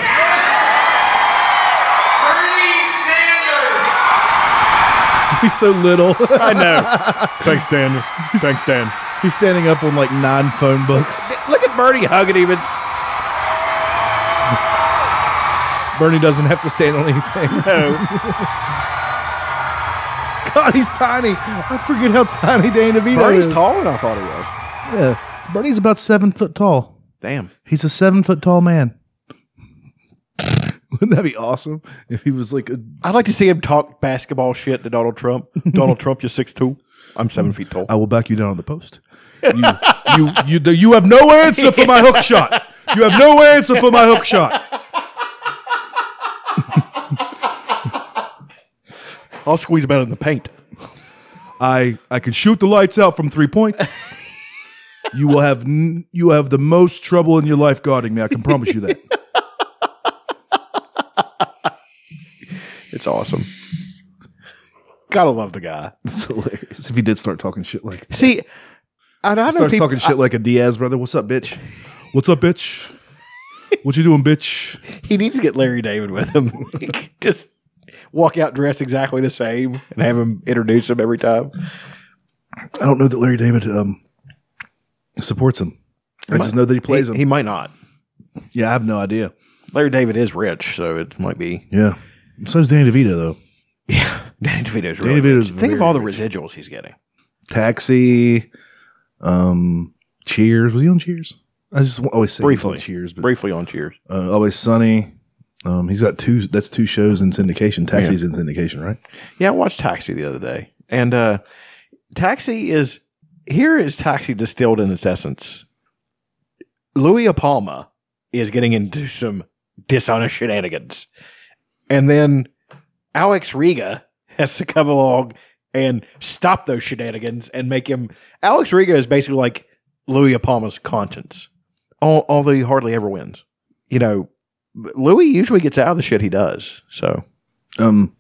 Speaker 3: Bernie Sanders.
Speaker 1: He's so little.
Speaker 4: I know. Thanks, Dan. Thanks, Dan.
Speaker 1: He's standing up on like nine phone books.
Speaker 2: Look at Bernie hugging him. It's,
Speaker 1: Bernie doesn't have to stand on anything.
Speaker 4: Oh,
Speaker 1: God, he's tiny. I forget how tiny Dan DeVito
Speaker 2: Bernie's
Speaker 1: is.
Speaker 2: taller than I thought he was.
Speaker 1: Yeah, Bernie's about seven foot tall.
Speaker 2: Damn.
Speaker 1: He's a seven foot tall man. Wouldn't that be awesome if he was like a
Speaker 2: I'd like to see him talk basketball shit to Donald Trump. Donald Trump, you're 6'2". I'm seven feet tall.
Speaker 1: I will back you down on the post. You, you, you, the- you have no answer for my hook shot. You have no answer for my hook shot.
Speaker 2: I'll squeeze him out in the paint.
Speaker 1: I, I can shoot the lights out from three points. You will have n- you will have the most trouble in your life guarding me. I can promise you that.
Speaker 2: It's awesome. Gotta love the guy.
Speaker 1: It's hilarious. If he did start talking shit like
Speaker 2: See, and I know
Speaker 1: starts
Speaker 2: people.
Speaker 1: talking shit like a Diaz brother. What's up, bitch? What's up, bitch? What you doing, bitch?
Speaker 2: He needs to get Larry David with him. Just walk out dressed exactly the same and have him introduce him every time.
Speaker 1: I don't know that Larry David um, supports him. I just know that he plays
Speaker 2: He,
Speaker 1: him.
Speaker 2: he might not.
Speaker 1: yeah, I have no idea.
Speaker 2: Larry David is rich, so it might be.
Speaker 1: Yeah. So's Danny DeVito though.
Speaker 2: Danny DeVito's
Speaker 1: Danny
Speaker 2: really
Speaker 1: DeVito's
Speaker 2: rich. Think of
Speaker 1: very
Speaker 2: all the residuals he's getting.
Speaker 1: Taxi, um, Cheers. Was he on Cheers? I just always say he was on
Speaker 2: Briefly.
Speaker 1: Cheers, but
Speaker 2: Briefly on Cheers.
Speaker 1: uh, always Sunny. Um, he's got two. That's two shows in syndication. Taxi's in syndication, right?
Speaker 2: Yeah, I watched Taxi the other day. And uh Taxi is here is Taxi distilled in its essence. Louis Palma is getting into some dishonest shenanigans. And then Alex Riga has to come along and stop those shenanigans and make him Alex Riga is basically like Louis Palma's conscience. Al- Although he hardly ever wins. You know, Louis usually gets out of the shit he does. So,
Speaker 1: Um,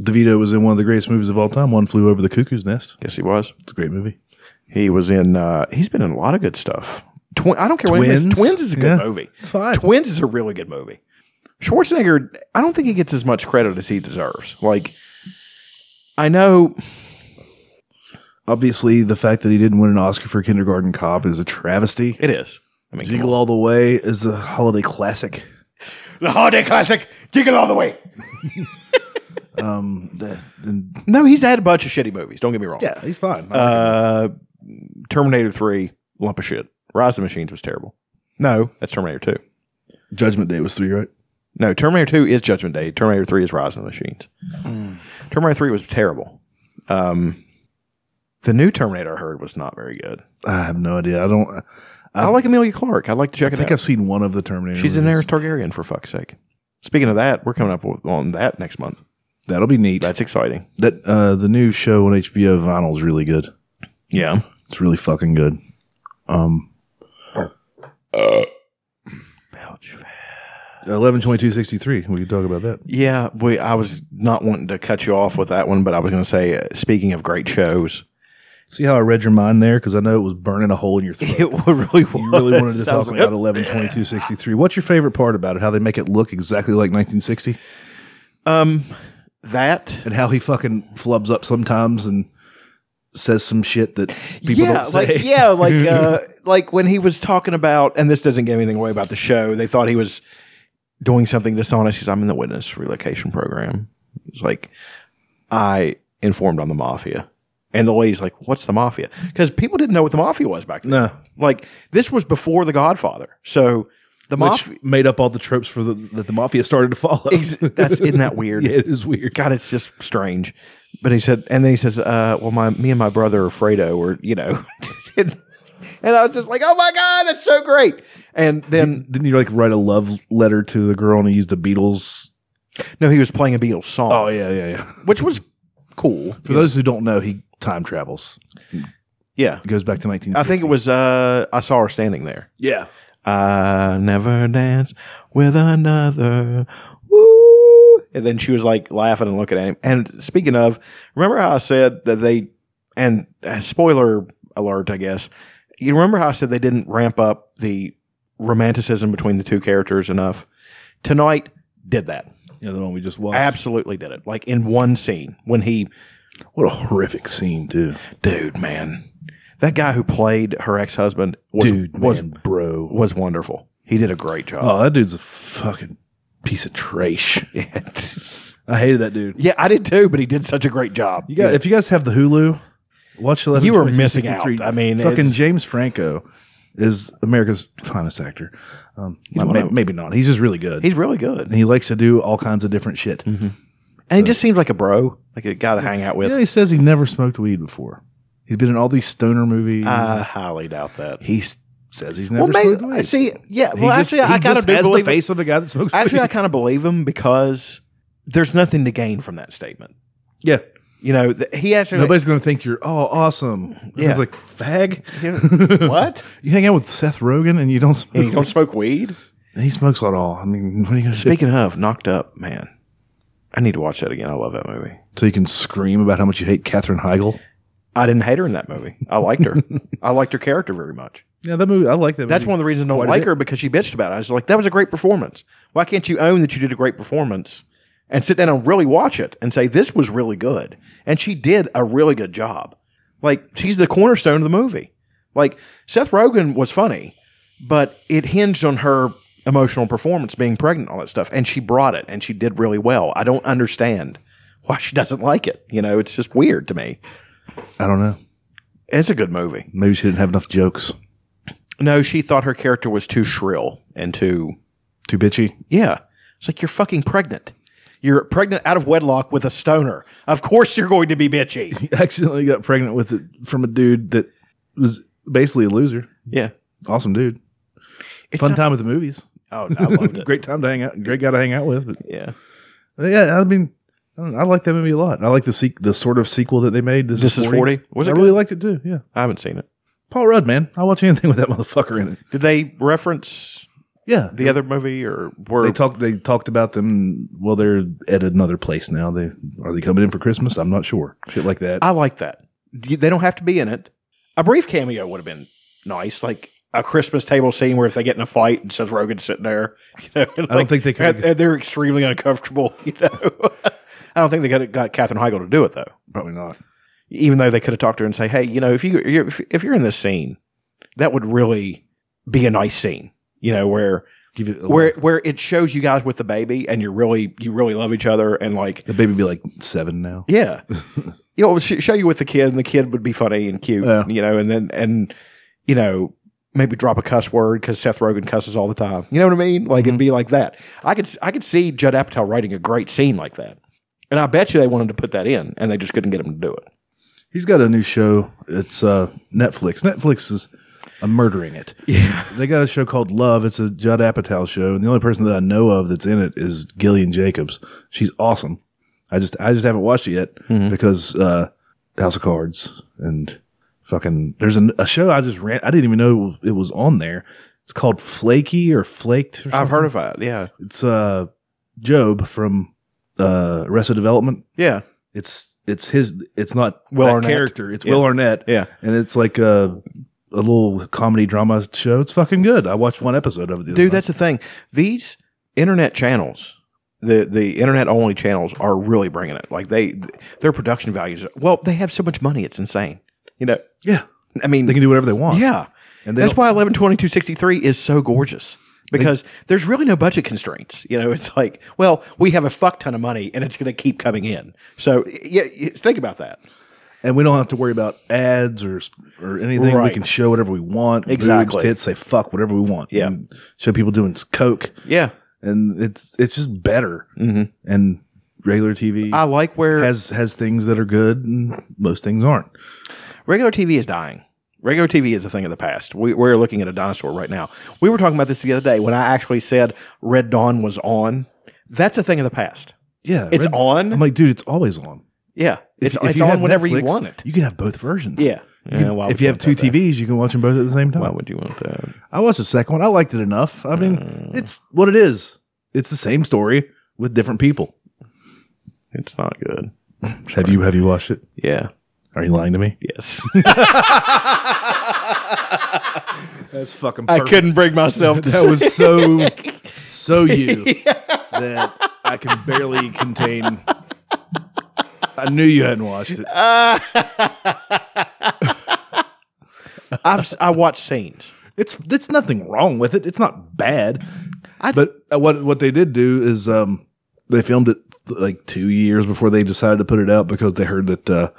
Speaker 1: DeVito was in one of the greatest movies of all time. One flew over the cuckoo's nest.
Speaker 2: yes, he was.
Speaker 1: It's a great movie.
Speaker 2: He was in. Uh, he's been in a lot of good stuff. Twin, I don't care what it is.
Speaker 1: Twins?
Speaker 2: Twins is a good
Speaker 1: Yeah.
Speaker 2: movie.
Speaker 1: It's fine.
Speaker 2: Twins is a really good movie. Schwarzenegger, I don't think he gets as much credit as he deserves. Like, I know
Speaker 1: Obviously, the fact that he didn't win an Oscar for Kindergarten Cop is a travesty.
Speaker 2: it is. I mean,
Speaker 1: Jingle All the Way is a holiday classic.
Speaker 2: the holiday classic, jiggle all the way.
Speaker 1: Um, the- and-
Speaker 2: No, he's had a bunch of shitty movies. Don't get me wrong.
Speaker 1: yeah, he's fine.
Speaker 2: Uh, Terminator Three, lump of shit. Rise of the Machines was terrible. No, that's Terminator Two.
Speaker 1: Judgment Day was three, right?
Speaker 2: No, Terminator 2 is Judgment Day. Terminator 3 is Rise of the Machines.
Speaker 1: Mm.
Speaker 2: Terminator 3 was terrible. Um, the new Terminator I heard was not very good.
Speaker 1: I have no idea. I don't. I,
Speaker 2: I like Amelia Clark. I'd like to check
Speaker 1: I
Speaker 2: it
Speaker 1: think
Speaker 2: out.
Speaker 1: I've seen one of the Terminator.
Speaker 2: She's in there
Speaker 1: movies.
Speaker 2: Targaryen for fuck's sake. Speaking of that, we're coming up with, on that next month.
Speaker 1: That'll be neat.
Speaker 2: That's exciting.
Speaker 1: That uh, the new show on HBO Vinyl's really good.
Speaker 2: Yeah.
Speaker 1: It's really fucking good. Um, eleven twenty two sixty three. We can talk about that.
Speaker 2: Yeah, we, I was not wanting to cut you off with that one, but I was going to say, uh, speaking of great shows,
Speaker 1: See how I read your mind there because I know it was burning a hole in your throat.
Speaker 2: it really was.
Speaker 1: You really wanted to
Speaker 2: I was
Speaker 1: talk
Speaker 2: like,
Speaker 1: about eleven twenty two sixty three. What's your favorite part about it? How they make it look exactly like nineteen sixty,
Speaker 2: um, that.
Speaker 1: and how he fucking flubs up sometimes and says some shit that people
Speaker 2: yeah,
Speaker 1: don't say.
Speaker 2: like yeah, like uh, like when he was talking about, and this doesn't give anything away about the show. They thought he was doing something dishonest because I'm in the witness relocation program. He's like, I informed on the mafia. And the lady's like, What's the mafia? Because people didn't know what the mafia was back then.
Speaker 1: No.
Speaker 2: Like, this was before The Godfather. So the
Speaker 1: Which
Speaker 2: mafia.
Speaker 1: made up all the tropes for the that the mafia started to follow.
Speaker 2: Ex- that's isn't that weird?
Speaker 1: yeah, it is weird.
Speaker 2: God, it's just strange. But he said, and then he says, uh, "Well, my me and my brother Fredo were, you know," and I was just like, "Oh my god, that's so great!" And then
Speaker 1: Didn't you like write a love letter to the girl and he used the Beatles?
Speaker 2: no, he was playing a Beatles song,
Speaker 1: yeah, yeah, Oh, yeah.
Speaker 2: which was cool.
Speaker 1: For those who don't know, he time travels.
Speaker 2: Yeah,
Speaker 1: It goes back to 1960.
Speaker 2: I think it was. Uh, I saw her standing there.
Speaker 1: yeah.
Speaker 2: I never dance with another. Woo. And then she was like laughing and looking at him. And speaking of, remember how I said that they, and uh, spoiler alert, I guess, you remember how I said they didn't ramp up the romanticism between the two characters enough? Tonight did that.
Speaker 1: Yeah, the one we just watched.
Speaker 2: Absolutely did it. Like in one scene when he,
Speaker 1: What a horrific scene, dude.
Speaker 2: dude, man, that guy who played her ex husband was,
Speaker 1: Dude,
Speaker 2: was,
Speaker 1: man, bro.
Speaker 2: was wonderful. He did a great job.
Speaker 1: Oh, that dude's a fucking piece of trash. I hated that dude.
Speaker 2: Yeah, I did too, but he did such a great job.
Speaker 1: You guys, if you guys have the Hulu, watch eleven.
Speaker 2: You were
Speaker 1: 22,
Speaker 2: missing
Speaker 1: 63.
Speaker 2: out. I mean,
Speaker 1: fucking
Speaker 2: it's-
Speaker 1: James Franco is America's finest actor. Um, well,
Speaker 2: one
Speaker 1: may-
Speaker 2: of-
Speaker 1: maybe not. He's just really good,
Speaker 2: He's Mm-hmm. really good.
Speaker 1: and he likes to do all kinds of different shit.
Speaker 2: And he just seems like a bro, like a guy to hang out
Speaker 1: You know,
Speaker 2: with.
Speaker 1: he says he never smoked weed before. He's been in all these stoner movies.
Speaker 2: I highly doubt that.
Speaker 1: he s- says he's never
Speaker 2: Uh, Well,
Speaker 1: smoked
Speaker 2: maybe,
Speaker 1: weed.
Speaker 2: see, yeah,
Speaker 1: He
Speaker 2: well,
Speaker 1: just-
Speaker 2: actually, I
Speaker 1: he
Speaker 2: kind of
Speaker 1: just
Speaker 2: do
Speaker 1: has
Speaker 2: believe
Speaker 1: the face of a guy that smokes.
Speaker 2: Actually, I
Speaker 1: weed.
Speaker 2: kind of believe him because there's nothing to gain from that statement.
Speaker 1: yeah.
Speaker 2: You know, th- he actually.
Speaker 1: Nobody's gonna think you're oh awesome.
Speaker 2: Yeah.
Speaker 1: He's like fag.
Speaker 2: what?
Speaker 1: You hang out with Seth Rogen and you don't smoke.
Speaker 2: And you don't smoke weed?
Speaker 1: he smokes at all. I mean, what are you gonna do?
Speaker 2: Speaking of, knocked up, man. I need to watch that again. I love that movie.
Speaker 1: So you can scream about how much you hate Katherine Heigl.
Speaker 2: I didn't hate her in that movie. I liked her. I liked her character very much.
Speaker 1: Yeah, that movie. I like that.
Speaker 2: That's
Speaker 1: movie.
Speaker 2: one of the reasons I don't
Speaker 1: Mm. Quite a
Speaker 2: like
Speaker 1: bit.
Speaker 2: her because she bitched about it. I was like, that was a great performance. Why can't you own that you did a great performance and sit down and really watch it and say, this was really good? And she did a really good job. Like, she's the cornerstone of the movie. Like, Seth Rogen was funny, but it hinged on her emotional performance being pregnant, all that stuff. And she brought it and she did really well. I don't understand why she doesn't like it. You know, it's just weird to me.
Speaker 1: I don't know.
Speaker 2: It's a good movie.
Speaker 1: Maybe she didn't have enough jokes.
Speaker 2: No, she thought her character was too shrill and too
Speaker 1: Too bitchy.
Speaker 2: Yeah. It's like you're fucking pregnant. You're pregnant out of wedlock with a stoner. Of course you're going to be bitchy.
Speaker 1: He accidentally got pregnant with it from a dude that was basically a loser.
Speaker 2: Yeah.
Speaker 1: Awesome dude.
Speaker 2: It's
Speaker 1: Fun
Speaker 2: not-
Speaker 1: time at the movies.
Speaker 2: Oh, no, I loved it.
Speaker 1: Great time to hang out. Great guy to hang out with. But
Speaker 2: Yeah.
Speaker 1: yeah, I mean, I, don't know. I like that movie a lot. I like the se- the sort of sequel that they made. This,
Speaker 2: This is 40? Was
Speaker 1: I
Speaker 2: it
Speaker 1: really
Speaker 2: good?
Speaker 1: liked it too. Yeah,
Speaker 2: I haven't seen it.
Speaker 1: Paul Rudd, man. I'll watch anything with that motherfucker in it.
Speaker 2: Did they reference
Speaker 1: Yeah,
Speaker 2: the other movie or were
Speaker 1: they talked they talked about them well they're at another place now they are they coming in for christmas i'm not sure shit like that
Speaker 2: I like that. You- They don't have to be in it. A brief cameo would have been nice, like a Christmas table scene where if they get in a fight and says Rogan's sitting there, you know, and
Speaker 1: don't think they could've-
Speaker 2: and- and they're extremely uncomfortable, you know. I don't think they could have got Katherine Heigl to do it though.
Speaker 1: probably not
Speaker 2: even though they could have talked to her and say, "Hey, you know, if you you're, if, if you're in this scene, that would really be a nice scene, you know, where
Speaker 1: give it a
Speaker 2: where where it shows you guys with the baby and you're really you really love each other and like
Speaker 1: the baby be like seven now
Speaker 2: yeah, you know, it would sh- show you with the kid and the kid would be funny and cute,
Speaker 1: Yeah.
Speaker 2: you know, and then and you know maybe drop a cuss word because Seth Rogen cusses all the time, you know what I mean? Like
Speaker 1: Mm-hmm.
Speaker 2: it'd be like that. I could s- I could see Judd Apatow writing a great scene like that, and I bet you they wanted to put that in and they just couldn't get him to do it.
Speaker 1: he's got a new show it's uh netflix netflix is uh, murdering it yeah they got a show called love it's a judd apatow show and the only person that i know of that's in it is gillian jacobs she's awesome i just i just haven't watched it yet
Speaker 2: Mm-hmm.
Speaker 1: because uh house of cards and fucking there's an, a show i just ran i didn't even know it was on there it's called flaky or flaked or
Speaker 2: I've
Speaker 1: something.
Speaker 2: heard of that, yeah.
Speaker 1: it's uh job from uh arrested development
Speaker 2: Yeah.
Speaker 1: it's it's his it's not
Speaker 2: Will
Speaker 1: that
Speaker 2: Arnett.
Speaker 1: character it's
Speaker 2: Yeah.
Speaker 1: will arnett
Speaker 2: Yeah.
Speaker 1: and it's like a a little comedy drama show it's fucking good i watched one episode of it the other
Speaker 2: Dude,
Speaker 1: night.
Speaker 2: that's the thing. These internet channels, the the internet only channels are really bringing it. Like they their production values, well, they have so much money, it's insane. You know,
Speaker 1: yeah
Speaker 2: I mean,
Speaker 1: they can do whatever they want
Speaker 2: yeah.
Speaker 1: and they
Speaker 2: That's
Speaker 1: that's why
Speaker 2: why 11 is so gorgeous. because there's really no budget constraints. You know, it's like, well, we have a fuck ton of money and it's going to keep coming in. So yeah, y- think about that.
Speaker 1: and we don't have to worry about ads or or anything. We
Speaker 2: Right.
Speaker 1: can show whatever we want. boobs,
Speaker 2: Exactly.
Speaker 1: tits, say fuck whatever we want.
Speaker 2: Yeah.
Speaker 1: And show people doing coke,
Speaker 2: Yeah.
Speaker 1: and it's it's just better. And regular TV
Speaker 2: Mm-hmm. I like where
Speaker 1: has has things that are good, and most things aren't.
Speaker 2: regular TV is dying. Regular TV is a thing of the past. We, we're looking at a dinosaur right now. We were talking about this the other day when I actually said Red Dawn was on. That's a thing of the past.
Speaker 1: Yeah,
Speaker 2: It's on?
Speaker 1: I'm like, dude, it's always on.
Speaker 2: Yeah. It's, it's
Speaker 1: have
Speaker 2: on whenever you
Speaker 1: Netflix,
Speaker 2: want it.
Speaker 1: You can have both versions.
Speaker 2: Yeah.
Speaker 1: You can- if you have two TVs, you can watch them both at the same time.
Speaker 2: would you want that?
Speaker 1: I watched the second one. I liked it enough. I mean, it's what it is. It's the same story with different people.
Speaker 2: It's not good.
Speaker 1: Have you have you watched it?
Speaker 2: Yeah.
Speaker 1: Are you lying to me?
Speaker 2: Yes.
Speaker 1: That's fucking.
Speaker 2: I couldn't bring myself to
Speaker 1: That was so so you that I can barely contain. I knew you hadn't watched it.
Speaker 2: I've s- I watch scenes.
Speaker 1: It's it's nothing wrong with it. It's not bad. but uh, what what they did do is um they filmed it th- like two years before they decided to put it out because they heard that uh,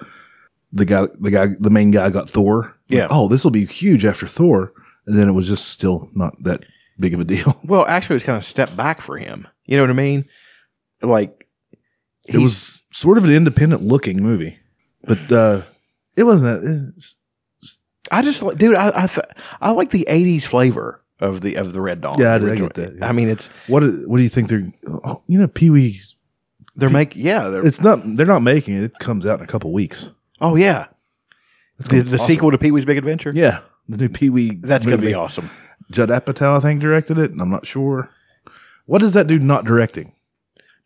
Speaker 1: the guy the guy the main guy got Thor.
Speaker 2: Yeah.
Speaker 1: oh, this will be huge after Thor, and then it was just still not that big of a deal.
Speaker 2: Well, actually, it's kind of a step back for him. You know what I mean? Like
Speaker 1: it was sort of an independent looking movie, but uh, it wasn't. That, it's-
Speaker 2: I just like, dude. I I, th- I like the '80s flavor of the of the Red Dawn.
Speaker 1: Yeah, I
Speaker 2: The
Speaker 1: did- I
Speaker 2: original-
Speaker 1: get that, yeah.
Speaker 2: I mean, it's
Speaker 1: what do- what do you think they're? Oh, you know, Pee Wee.
Speaker 2: they're make yeah. They're,
Speaker 1: It's not. They're not making it. It comes out in a couple weeks.
Speaker 2: oh yeah, the, the sequel to Pee Wee's Big Adventure.
Speaker 1: Yeah, the new Pee Wee.
Speaker 2: that's gonna be
Speaker 1: movie.
Speaker 2: awesome.
Speaker 1: Judd Apatow, I think, directed it, and I'm not sure. What is that dude not directing?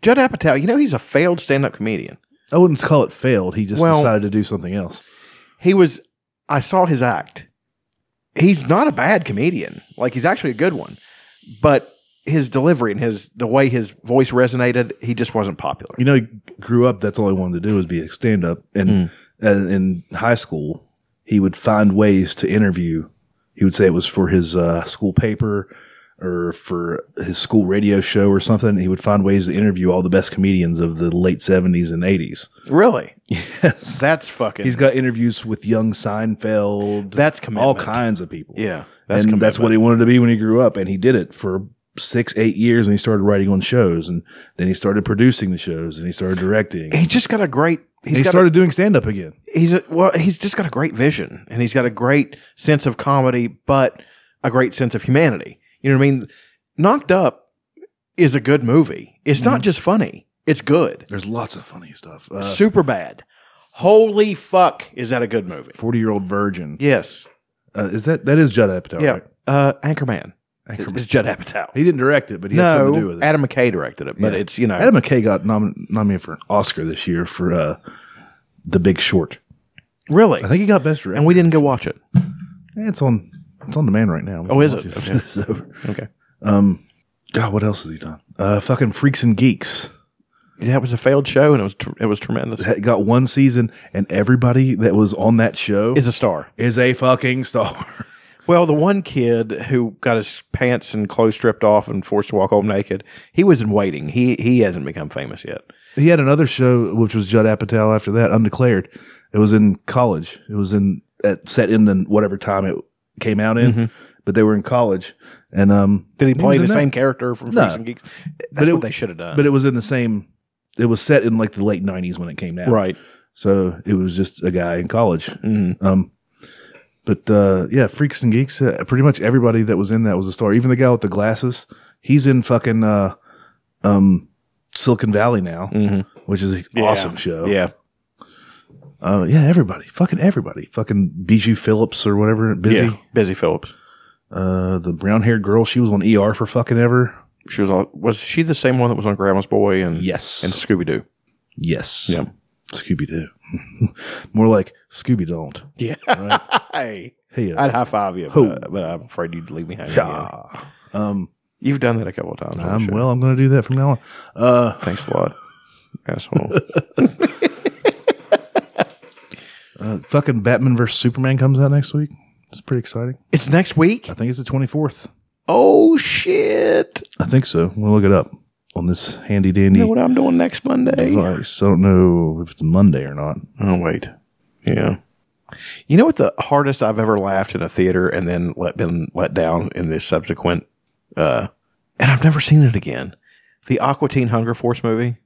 Speaker 2: Judd Apatow, you know he's a failed stand up comedian.
Speaker 1: I wouldn't call it failed. He just
Speaker 2: Well-
Speaker 1: decided to do something else.
Speaker 2: He was. I saw his act. He's not a bad comedian. Like he's actually a good one, but his delivery and his the way his voice resonated, he just wasn't popular.
Speaker 1: You know, he grew up. That's all he wanted to do was be a stand up. And, and in high school, he would find ways to interview. He would say it was for his uh, school paper or for his school radio show or something. He would find ways to interview all the best comedians of the late 70s and 80s.
Speaker 2: Really? Yes. That's fucking.
Speaker 1: He's got interviews with young Seinfeld.
Speaker 2: That's
Speaker 1: all
Speaker 2: commitment.
Speaker 1: kinds of people.
Speaker 2: yeah.
Speaker 1: and that's what he wanted to be when he grew up, and he did it for six, eight years, and he started writing on shows, and then he started producing the shows, and he started directing.
Speaker 2: he just got a great.
Speaker 1: and
Speaker 2: He's
Speaker 1: he
Speaker 2: got
Speaker 1: started doing stand up again.
Speaker 2: A, he's a, well. He's just got a great vision, and he's got a great sense of comedy, but a great sense of humanity. You know what I mean? Knocked Up is a good movie. It's not just funny. It's good.
Speaker 1: There's lots of funny stuff. Mm-hmm. Uh,
Speaker 2: Super bad. Holy fuck! Is that a good movie?
Speaker 1: Forty year old virgin.
Speaker 2: Yes.
Speaker 1: Uh, is that that is Judd Apatow?
Speaker 2: yeah.
Speaker 1: right?
Speaker 2: Uh, Anchorman.
Speaker 1: Anchorman.
Speaker 2: It's Judd Apatow.
Speaker 1: He didn't direct it, but he had something to do
Speaker 2: no,
Speaker 1: with it.
Speaker 2: Adam McKay directed it, but
Speaker 1: Yeah.
Speaker 2: it's you know
Speaker 1: Adam McKay got nom- nominated for an Oscar this year for uh, The Big Short.
Speaker 2: really.
Speaker 1: I think he got best director.
Speaker 2: And we didn't go watch it.
Speaker 1: Eh, it's on it's on demand right now. We
Speaker 2: Oh,
Speaker 1: can
Speaker 2: is
Speaker 1: watch
Speaker 2: it?
Speaker 1: It's over.
Speaker 2: Okay.
Speaker 1: Um, God, what else has he done? Uh, fucking Freaks and Geeks.
Speaker 2: That was a failed show, and it was tr- it was tremendous.
Speaker 1: had- got one season, and everybody that was on that show
Speaker 2: Is a star.
Speaker 1: is a fucking star.
Speaker 2: Well, the one kid who got his pants and clothes stripped off and forced to walk home naked, he was in waiting. He he hasn't become famous yet.
Speaker 1: he had another show which was Judd Apatow. After that, Undeclared. It was in college. It was in at set in the whatever time it came out
Speaker 2: Mm-hmm.
Speaker 1: in, but they were in college, and um,
Speaker 2: Did he
Speaker 1: was
Speaker 2: play the
Speaker 1: in that.
Speaker 2: same character from
Speaker 1: No.
Speaker 2: Freaks and Geeks? That's
Speaker 1: it-
Speaker 2: what they should have done.
Speaker 1: But it was in the same. It was set in like the late '90s when it came out,
Speaker 2: right.
Speaker 1: So it was just a guy in college. Um, but uh, yeah, Freaks and Geeks. Uh, pretty much everybody that was in that was a star. Even the guy with the glasses. He's in fucking uh, um, Silicon Valley now, which is an awesome show.
Speaker 2: Yeah.
Speaker 1: uh, yeah. Everybody, fucking everybody, fucking Bijou Phillips or whatever. Busy.
Speaker 2: Yeah. Busy Phillips.
Speaker 1: Uh, the brown haired girl. She was on ER for fucking ever.
Speaker 2: She was all, was she the same one that was on Grandma's Boy and
Speaker 1: Yes.
Speaker 2: and Scooby Doo?
Speaker 1: yes.
Speaker 2: Yeah.
Speaker 1: Scooby Doo. More like Scooby Don't.
Speaker 2: Yeah. hey,
Speaker 1: Hey. uh,
Speaker 2: I'd high five you,
Speaker 1: Who?
Speaker 2: but, uh, but I'm afraid you'd leave me hanging.
Speaker 1: Yeah. Um.
Speaker 2: You've done that a couple of times. on the
Speaker 1: I'm
Speaker 2: show.
Speaker 1: well. I'm going to do that from now on. Uh.
Speaker 2: Thanks a lot, asshole.
Speaker 1: fucking Batman versus Superman comes out next week. It's pretty exciting.
Speaker 2: It's next week.
Speaker 1: I think it's the 24th.
Speaker 2: oh shit,
Speaker 1: I think so. We'll look it up on this handy dandy
Speaker 2: you know what I'm doing next Monday.
Speaker 1: device. I don't know if it's Monday or not.
Speaker 2: Oh wait, yeah. You know what the hardest I've ever laughed in a theater and then let been let down in the subsequent, uh, and I've never seen it again. The Aqua Teen Hunger Force movie.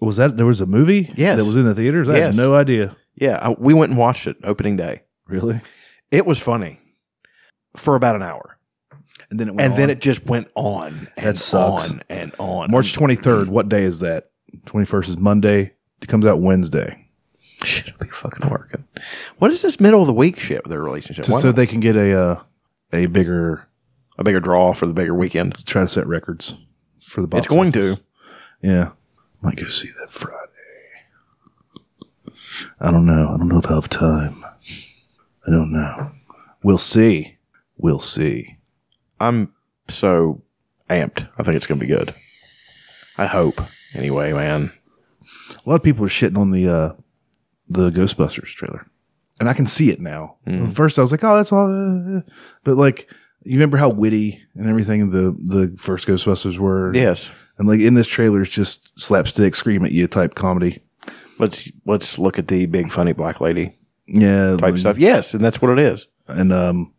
Speaker 1: Was that there was a movie?
Speaker 2: Yes.
Speaker 1: that was in the theaters. I had
Speaker 2: Yes.
Speaker 1: no idea.
Speaker 2: Yeah, I, we went and watched it opening day.
Speaker 1: Really?
Speaker 2: It was funny for about an hour,
Speaker 1: And then it went.
Speaker 2: and then
Speaker 1: on.
Speaker 2: it just went on. And
Speaker 1: That sucks.
Speaker 2: On and on.
Speaker 1: March twenty third. What day is that? Twenty first is Monday. It comes out Wednesday,
Speaker 2: Shit, it'll be fucking working. What is this middle of the week shit with their relationship?
Speaker 1: To-
Speaker 2: Why
Speaker 1: so
Speaker 2: not
Speaker 1: they can get a uh, a bigger
Speaker 2: a bigger draw for the bigger weekend.
Speaker 1: try to set records for the box.
Speaker 2: It's going
Speaker 1: office.
Speaker 2: to.
Speaker 1: Yeah, might go see that Friday. I don't know. I don't know if I have time. I don't know. We'll see. We'll see.
Speaker 2: I'm so amped. I think it's going to be good. I hope. Anyway, man.
Speaker 1: A lot of people are shitting on the uh, the Ghostbusters trailer, and I can see it now. At first, I was like, "Oh, that's all," uh, uh," but like, you remember how witty and everything the the first Ghostbusters were?
Speaker 2: Yes.
Speaker 1: and like in this trailer, it's just slapstick, scream at you type comedy.
Speaker 2: Let's let's look at the big funny black lady
Speaker 1: Yeah,
Speaker 2: type
Speaker 1: like-
Speaker 2: stuff. Yes, and that's what it is.
Speaker 1: and um,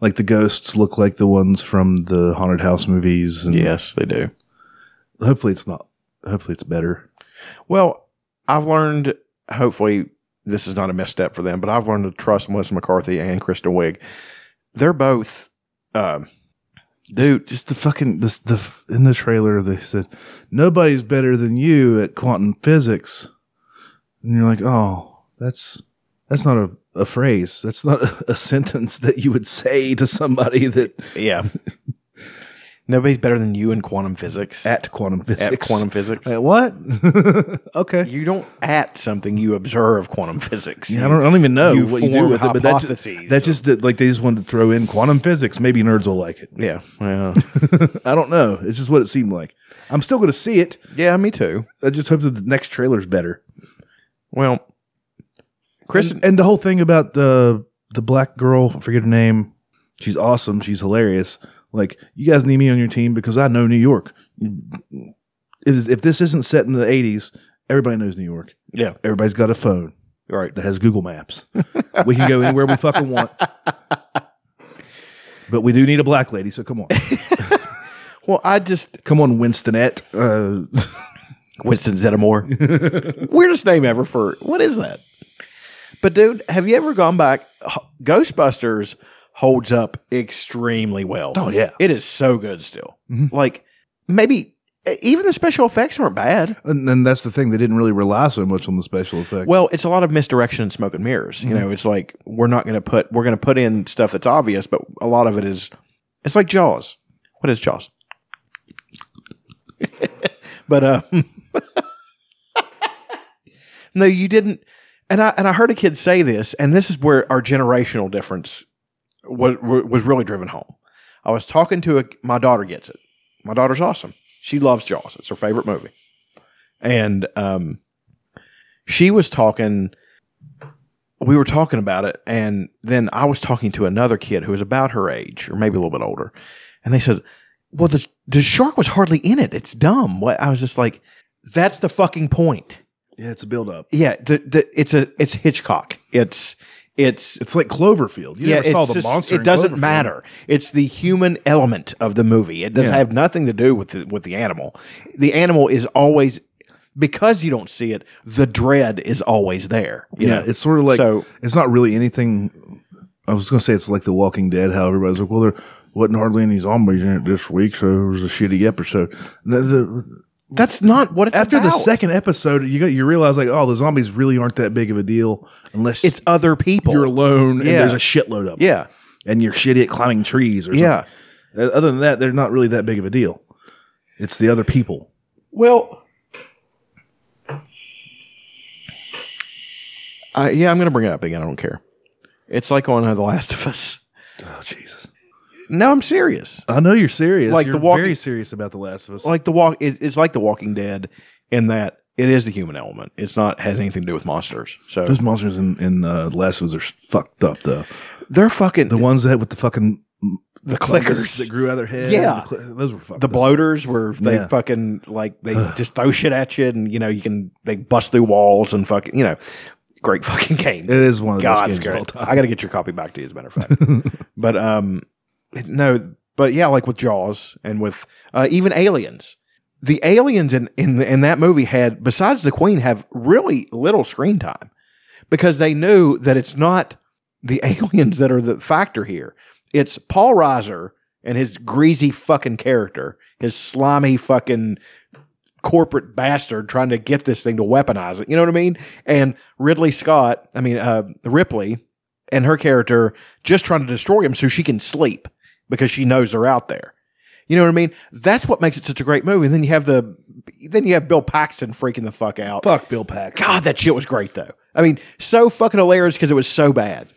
Speaker 1: like the ghosts look like the ones from the haunted house movies. And
Speaker 2: Yes, they do.
Speaker 1: hopefully it's not. Hopefully it's better.
Speaker 2: Well, I've learned. Hopefully, this is not a misstep for them, but I've learned to trust Melissa McCarthy and Kristen Wiig. They're both, um, dude.
Speaker 1: Just the fucking this the f- in the trailer they said nobody's better than you at quantum physics, and you're like, oh, that's that's not a, a phrase. That's not a, a sentence that you would say to somebody that
Speaker 2: Yeah. Nobody's better than you in quantum physics.
Speaker 1: at quantum
Speaker 2: At
Speaker 1: physics.
Speaker 2: quantum physics.
Speaker 1: Like, what? okay.
Speaker 2: You don't at something, you observe quantum physics.
Speaker 1: Yeah, I don't, I don't even know
Speaker 2: you
Speaker 1: what you do
Speaker 2: form
Speaker 1: with it, but that's
Speaker 2: hypotheses.
Speaker 1: just, that's just that, like they just wanted to throw in quantum physics. Maybe nerds will like it.
Speaker 2: Yeah. Yeah.
Speaker 1: I don't know. It's just what it seemed like. I'm still going to see it.
Speaker 2: yeah, me too.
Speaker 1: I just hope that the next trailer's better.
Speaker 2: Well, Kristen,
Speaker 1: And, and the whole thing about the the black girl, I forget her name. She's awesome. She's hilarious. Like you guys need me on your team because I know New York. If, if this isn't set in the '80s, everybody knows New York.
Speaker 2: yeah,
Speaker 1: Everybody's got a phone
Speaker 2: right.
Speaker 1: that has Google Maps. we can go anywhere we fucking want. But we do need a black lady, so come on.
Speaker 2: Well, I just
Speaker 1: Come on, Winstonette. Uh,
Speaker 2: Winston Zeddemore. Weirdest name ever for what is that? But dude, have you ever gone back? H- Ghostbusters holds up extremely well.
Speaker 1: Oh, yeah.
Speaker 2: it is so good still. Like maybe e, even the special effects aren't bad.
Speaker 1: and then that's the thing. They didn't really rely so much on the special effects.
Speaker 2: Well, it's a lot of misdirection and smoke and mirrors. You know, it's like we're not going to put we're going to put in stuff that's obvious, but a lot of it is it's like Jaws. What is Jaws? but uh No, you didn't. And I and I heard a kid say this, and this is where our generational difference was was really driven home. I was talking to a my daughter gets it. My daughter's awesome. She loves Jaws. It's her favorite movie. And um she was talking we were talking about it and then i was talking to another kid who was about her age or maybe a little bit older and they said well the, the shark was hardly in it it's dumb what i was just like that's the fucking point
Speaker 1: yeah, it's a build up.
Speaker 2: yeah the, the, it's a it's hitchcock it's it's
Speaker 1: It's like Cloverfield. You never
Speaker 2: it's
Speaker 1: saw the
Speaker 2: just-
Speaker 1: monster.
Speaker 2: It
Speaker 1: in
Speaker 2: doesn't
Speaker 1: Cloverfield.
Speaker 2: matter. It's the human element of the movie. It doesn't
Speaker 1: Yeah.
Speaker 2: have nothing to do with the, with the animal. The animal is always because you don't see it. The dread is always there. you
Speaker 1: Yeah,
Speaker 2: know?
Speaker 1: it's sort of like
Speaker 2: So-
Speaker 1: it's not really anything. I was going to say it's like The Walking Dead. How everybody's like, well, there wasn't hardly any zombies in it this week, so it was a shitty episode. The- the-
Speaker 2: that's not what it's
Speaker 1: after the
Speaker 2: about.
Speaker 1: second episode, you got you realize like, oh, the zombies really aren't that big of a deal unless
Speaker 2: It's other people.
Speaker 1: you're alone
Speaker 2: Yeah.
Speaker 1: and there's a shitload of them.
Speaker 2: yeah,
Speaker 1: and you're shitty at climbing trees or
Speaker 2: yeah.
Speaker 1: something. Uh, Other than that, they're not really that big of a deal. It's the other people.
Speaker 2: Well, I yeah, I'm going to bring it up again. I don't care. It's like on uh, The Last of Us.
Speaker 1: Oh Jesus!
Speaker 2: No, I'm serious.
Speaker 1: I know you're serious.
Speaker 2: Like
Speaker 1: You're
Speaker 2: the walking-
Speaker 1: very serious about The Last of Us.
Speaker 2: like the walk it- it's like the walking dead in that it is the human element it's not has anything to do with monsters so
Speaker 1: Those monsters in in uh, Last of Us are fucked up though.
Speaker 2: they're fucking
Speaker 1: The ones that with the fucking
Speaker 2: the
Speaker 1: fungus
Speaker 2: clickers.
Speaker 1: that grew out of their head.
Speaker 2: Yeah.
Speaker 1: The cl- those were fucked
Speaker 2: the
Speaker 1: up.
Speaker 2: bloaters were they
Speaker 1: Yeah.
Speaker 2: fucking like they just throw shit at you and you know you can they bust through walls and fucking you know great fucking game
Speaker 1: It is one of those
Speaker 2: God,
Speaker 1: games
Speaker 2: it's
Speaker 1: of
Speaker 2: great.
Speaker 1: all time.
Speaker 2: I got to get your copy back to you, as a matter of fact. but um, it- no, but yeah, like with Jaws and with uh, even Aliens. The aliens in in, the, in that movie had, besides the Queen, have really little screen time because they knew that it's not the aliens that are the factor here. It's Paul Reiser and his greasy fucking character, his slimy fucking corporate bastard trying to get this thing to weaponize it. You know what I mean? And Ridley Scott, I mean uh, Ripley, and her character just trying to destroy him so she can sleep because she knows they're out there. You know what I mean? That's what makes it such a great movie. And then you have the, then you have Bill Paxton freaking the fuck out.
Speaker 1: Fuck Bill Paxton.
Speaker 2: God, that shit was great though. I mean, so fucking hilarious because it was so bad.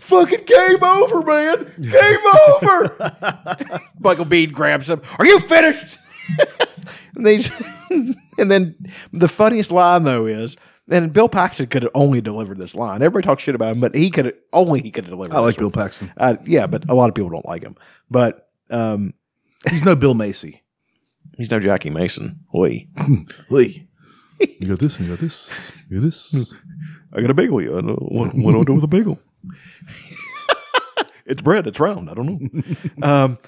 Speaker 2: Fucking game over, man. Game over. Michael Bean grabs him. Are you finished? and these, and then the funniest line though is, and Bill Paxton could have only delivered this line. Everybody talks shit about him, but he could only he could have delivered.
Speaker 1: I like
Speaker 2: this one.
Speaker 1: Bill Paxton.
Speaker 2: Uh, yeah, but a lot of people don't like him. But um,
Speaker 1: He's no Bill Macy.
Speaker 2: he's no Jackie Mason. Oi.
Speaker 1: Lee. You got this and you got this. You got this.
Speaker 2: I got a bagel. Yeah. I don't, what, what do I do with a bagel? it's bread. It's round. I don't know. um,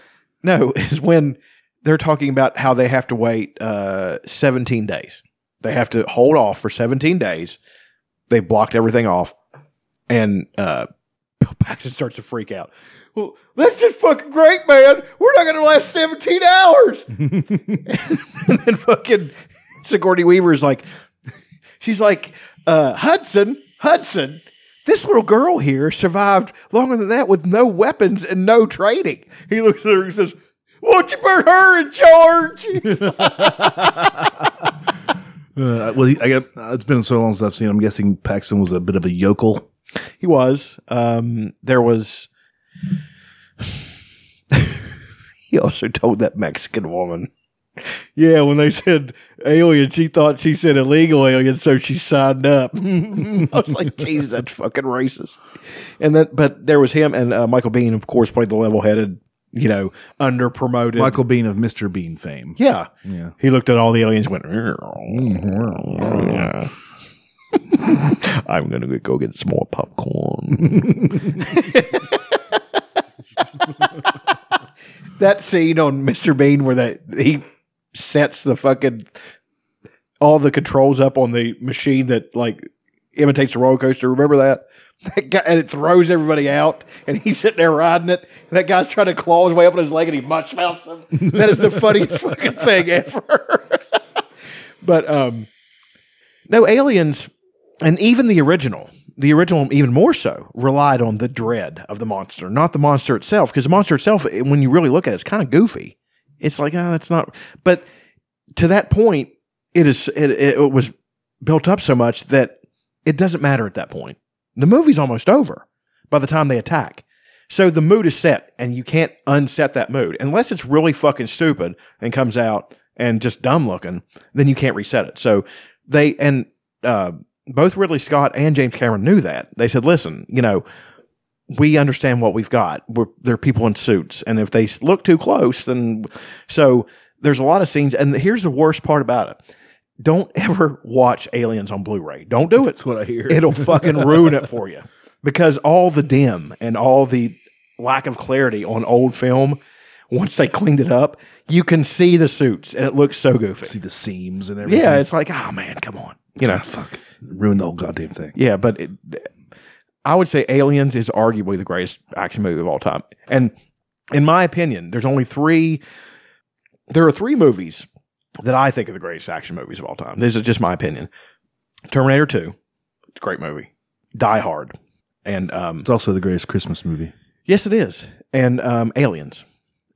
Speaker 2: no, is when they're talking about how they have to wait uh, 17 days. They have to hold off for 17 days. They blocked everything off, and uh, Bill Paxton starts to freak out. Well, that's just fucking great, man. We're not going to last 17 hours. and then fucking Sigourney Weaver's like, She's like, uh, Hudson, Hudson, this little girl here survived longer than that with no weapons and no training. He looks at her and says, Won't you put her in charge?
Speaker 1: Uh, well, he- I got, uh, it's been so long since I've seen him. I'm guessing Paxton was a bit of a yokel.
Speaker 2: he was. Um, there was. he also told that Mexican woman. Yeah, when they said alien, she thought she said illegal alien, so she signed up. I was like, Jesus, that's fucking racist. And then, but there was him and uh, Michael Bean, of course, played the level-headed, you know, under-promoted.
Speaker 1: Michael Bean of Mr. Bean fame.
Speaker 2: yeah,
Speaker 1: Yeah.
Speaker 2: he looked at all the aliens, went, "I'm gonna go get some more popcorn. that scene on Mr. Bean where that he sets the fucking all the controls up on the machine that like imitates a roller coaster. Remember that? That guy, and it throws everybody out, and he's sitting there riding it. And that guy's trying to claw his way up on his leg, and he mush mouths him. That is the funniest fucking thing ever. but um, no, aliens, and even the original, the original even more so relied on the dread of the monster, not the monster itself, because the monster itself, eh, when you really look at it, it's kind of goofy. It's like, oh, that's not. But to that point, it is. It, it was built up so much that it doesn't matter at that point. The movie's almost over by the time they attack. So the mood is set, and you can't unset that mood unless it's really fucking stupid and comes out and just dumb looking. Then you can't reset it. So they and uh, both Ridley Scott and James Cameron knew that. They said, "Listen, you know, we understand what we've got. We're, they're people in suits, and if they s- look too close, then so there's a lot of scenes. And here's the worst part about it: don't ever watch Aliens on Blu-ray. Don't do it.
Speaker 1: That's what I hear.
Speaker 2: It'll fucking ruin it for you because all the dim and all the lack of clarity on old film. Once they cleaned it up, you can see the suits, and it looks so
Speaker 1: See
Speaker 2: goofy.
Speaker 1: the seams and everything.
Speaker 2: Yeah, it's like, oh man, come on, you know.
Speaker 1: Fuck. Ruined the whole goddamn thing.
Speaker 2: Yeah, but it, I would say Aliens is arguably the greatest action movie of all time. And in my opinion, there's only three. There are three movies that I think are the greatest action movies of all time. This is just my opinion. Terminator Two, it's a great movie. Die Hard, and um,
Speaker 1: It's also the greatest Christmas movie.
Speaker 2: Yes, it is. And um, Aliens.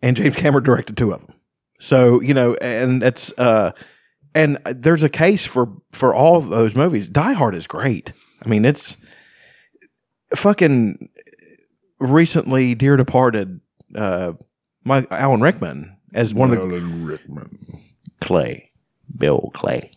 Speaker 2: And James Cameron directed two of them. So, you know, and that's, uh, and there's a case for, for all of those movies. Die Hard is great. I mean, it's fucking recently dear departed, uh, my Alan Rickman as one of the
Speaker 1: Alan Rickman.
Speaker 2: Clay, Bill Clay.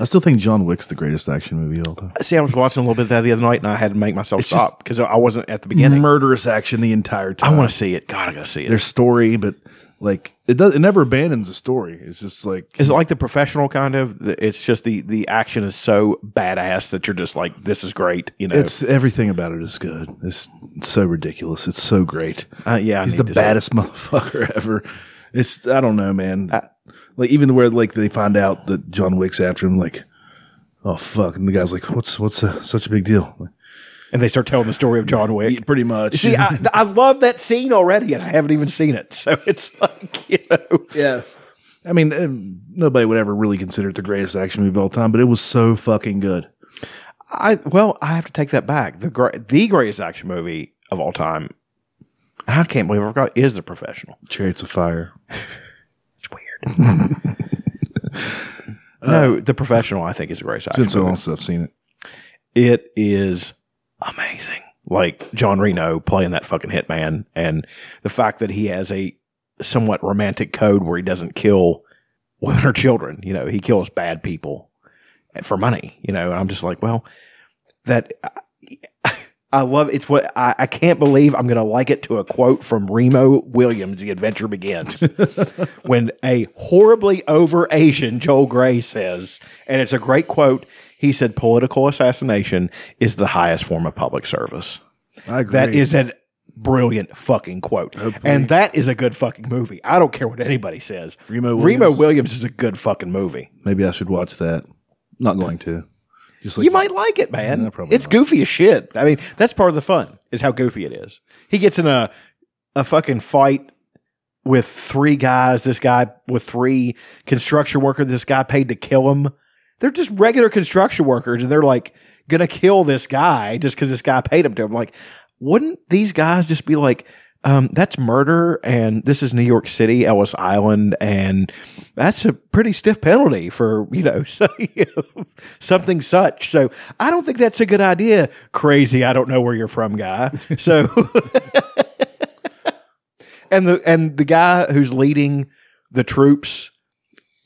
Speaker 1: I still think John Wick's the greatest action movie of all time.
Speaker 2: See, I was watching a little bit of that the other night, and I had to make myself
Speaker 1: just- Mm-hmm.
Speaker 2: stop because I wasn't at the beginning.
Speaker 1: Murderous action the entire
Speaker 2: I
Speaker 1: time.
Speaker 2: want to see it. God, I gotta see it.
Speaker 1: their story, but like it does. It never abandons the story. It's just like
Speaker 2: Is it like the professional kind of? The- It's just the the action is so badass that you're just like, this is great. You know,
Speaker 1: it's everything about it is good. It's, it's so ridiculous. It's so great.
Speaker 2: Uh, yeah, I
Speaker 1: he's
Speaker 2: need
Speaker 1: the
Speaker 2: to see it.
Speaker 1: baddest motherfucker ever. It's I don't know, man. like even where like they find out that John Wick's after him, like oh fuck, and the guy's like, what's what's uh, such a big deal? Like,
Speaker 2: and they start telling the story of John Wick.
Speaker 1: yeah, pretty much.
Speaker 2: See, I, I love that scene already, and I haven't even seen it. So it's like, you know,
Speaker 1: yeah. I mean, eh, nobody would ever really consider it the greatest action movie of all time, but it was so fucking good.
Speaker 2: I well, I have to take that back. The great, the greatest action movie of all time, and I can't believe I forgot is the professional.
Speaker 1: Chariots of Fire.
Speaker 2: It's weird. no, the professional I think is the greatest
Speaker 1: It's
Speaker 2: action.
Speaker 1: been so long
Speaker 2: movie.
Speaker 1: since I've seen it.
Speaker 2: It is amazing. Like John Reno playing that fucking hitman, and the fact that he has a somewhat romantic code where he doesn't kill women or children. You know, he kills bad people for money. You know, and I'm just like, well, that. I love it's what I, I can't believe I'm gonna like it to a quote from Remo Williams, The Adventure Begins. when a horribly over Asian Joel Gray says, and it's a great quote, he said, political assassination is the highest form of public service.
Speaker 1: I agree.
Speaker 2: That is a brilliant fucking quote. And that is a good fucking movie. I don't care what anybody says.
Speaker 1: Remo
Speaker 2: Remo
Speaker 1: Williams.
Speaker 2: Williams is a good fucking movie.
Speaker 1: Maybe I should watch that. Not going to. Just like
Speaker 2: You might like it, man.
Speaker 1: No, probably
Speaker 2: it's goofy as shit. I mean, that's part of the fun is how goofy it is. He gets in a a fucking fight with three guys. This guy with three construction workers. This guy paid to kill him. They're just regular construction workers, and they're like gonna kill this guy just because this guy paid him to. I'm like, wouldn't these guys just be like? Um, that's murder, and this is New York City, Ellis Island, and that's a pretty stiff penalty for you know, so, you know, something such. So I don't think that's a good idea. Crazy, I don't know where you're from, guy. So and the and the guy who's leading the troops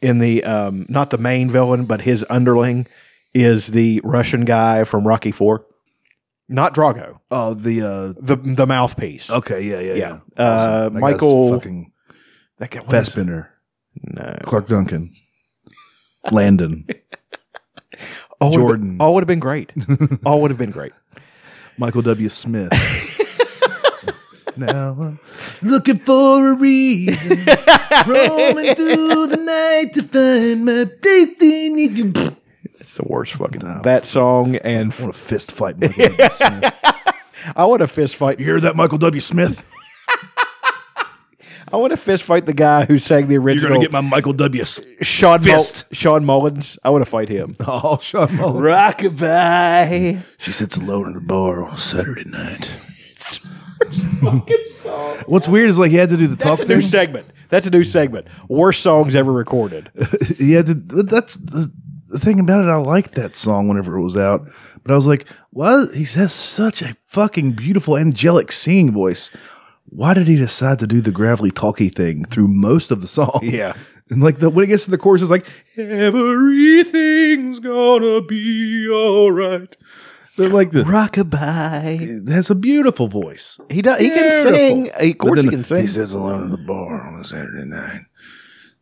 Speaker 2: in the um not the main villain but his underling is the Russian guy from Rocky Four, not Drago,
Speaker 1: Oh, the uh
Speaker 2: the the mouthpiece.
Speaker 1: okay, yeah, yeah,
Speaker 2: Yeah.
Speaker 1: yeah.
Speaker 2: Uh,
Speaker 1: That guy's
Speaker 2: Michael-
Speaker 1: fucking
Speaker 2: That guy, what is-
Speaker 1: Fassbender,
Speaker 2: no,
Speaker 1: Clark Duncan, Landon,
Speaker 2: all would've been-
Speaker 1: Jordan.
Speaker 2: all would have been great. all would have been great.
Speaker 1: Michael W. Smith. now I'm looking for a reason, roaming through the night to find my place. I need you. I
Speaker 2: It's the worst fucking that song. And f-
Speaker 1: want to fist fight Michael W. Smith.
Speaker 2: I want to fist fight.
Speaker 1: You hear that, Michael W. Smith?
Speaker 2: I want to fist fight the guy who sang the
Speaker 1: You're
Speaker 2: original.
Speaker 1: gonna get my Michael W. S-
Speaker 2: Sean Mul-
Speaker 1: fist.
Speaker 2: Sean Mullins. I want to fight him.
Speaker 1: Oh, Sean Mullen.
Speaker 2: Rockabye.
Speaker 1: She sits alone in a bar on a Saturday night. What's weird is like he had to do the talk
Speaker 2: That's a new
Speaker 1: thing.
Speaker 2: segment. That's a new segment. Worst songs ever recorded.
Speaker 1: He had to. That's the, the thing about it. I liked that song whenever it was out, but I was like, "Why?" He has such a fucking beautiful angelic singing voice. Why did he decide to do the gravelly talky thing through most of the song?
Speaker 2: Yeah.
Speaker 1: and like the, when it gets to the chorus, it's like everything's gonna be all right. They're like the,
Speaker 2: Rockabye.
Speaker 1: has a beautiful voice.
Speaker 2: He does. He can
Speaker 1: Beautiful.
Speaker 2: sing. Of course, he
Speaker 1: But then
Speaker 2: can sing.
Speaker 1: He sits alone in the bar on a Saturday night,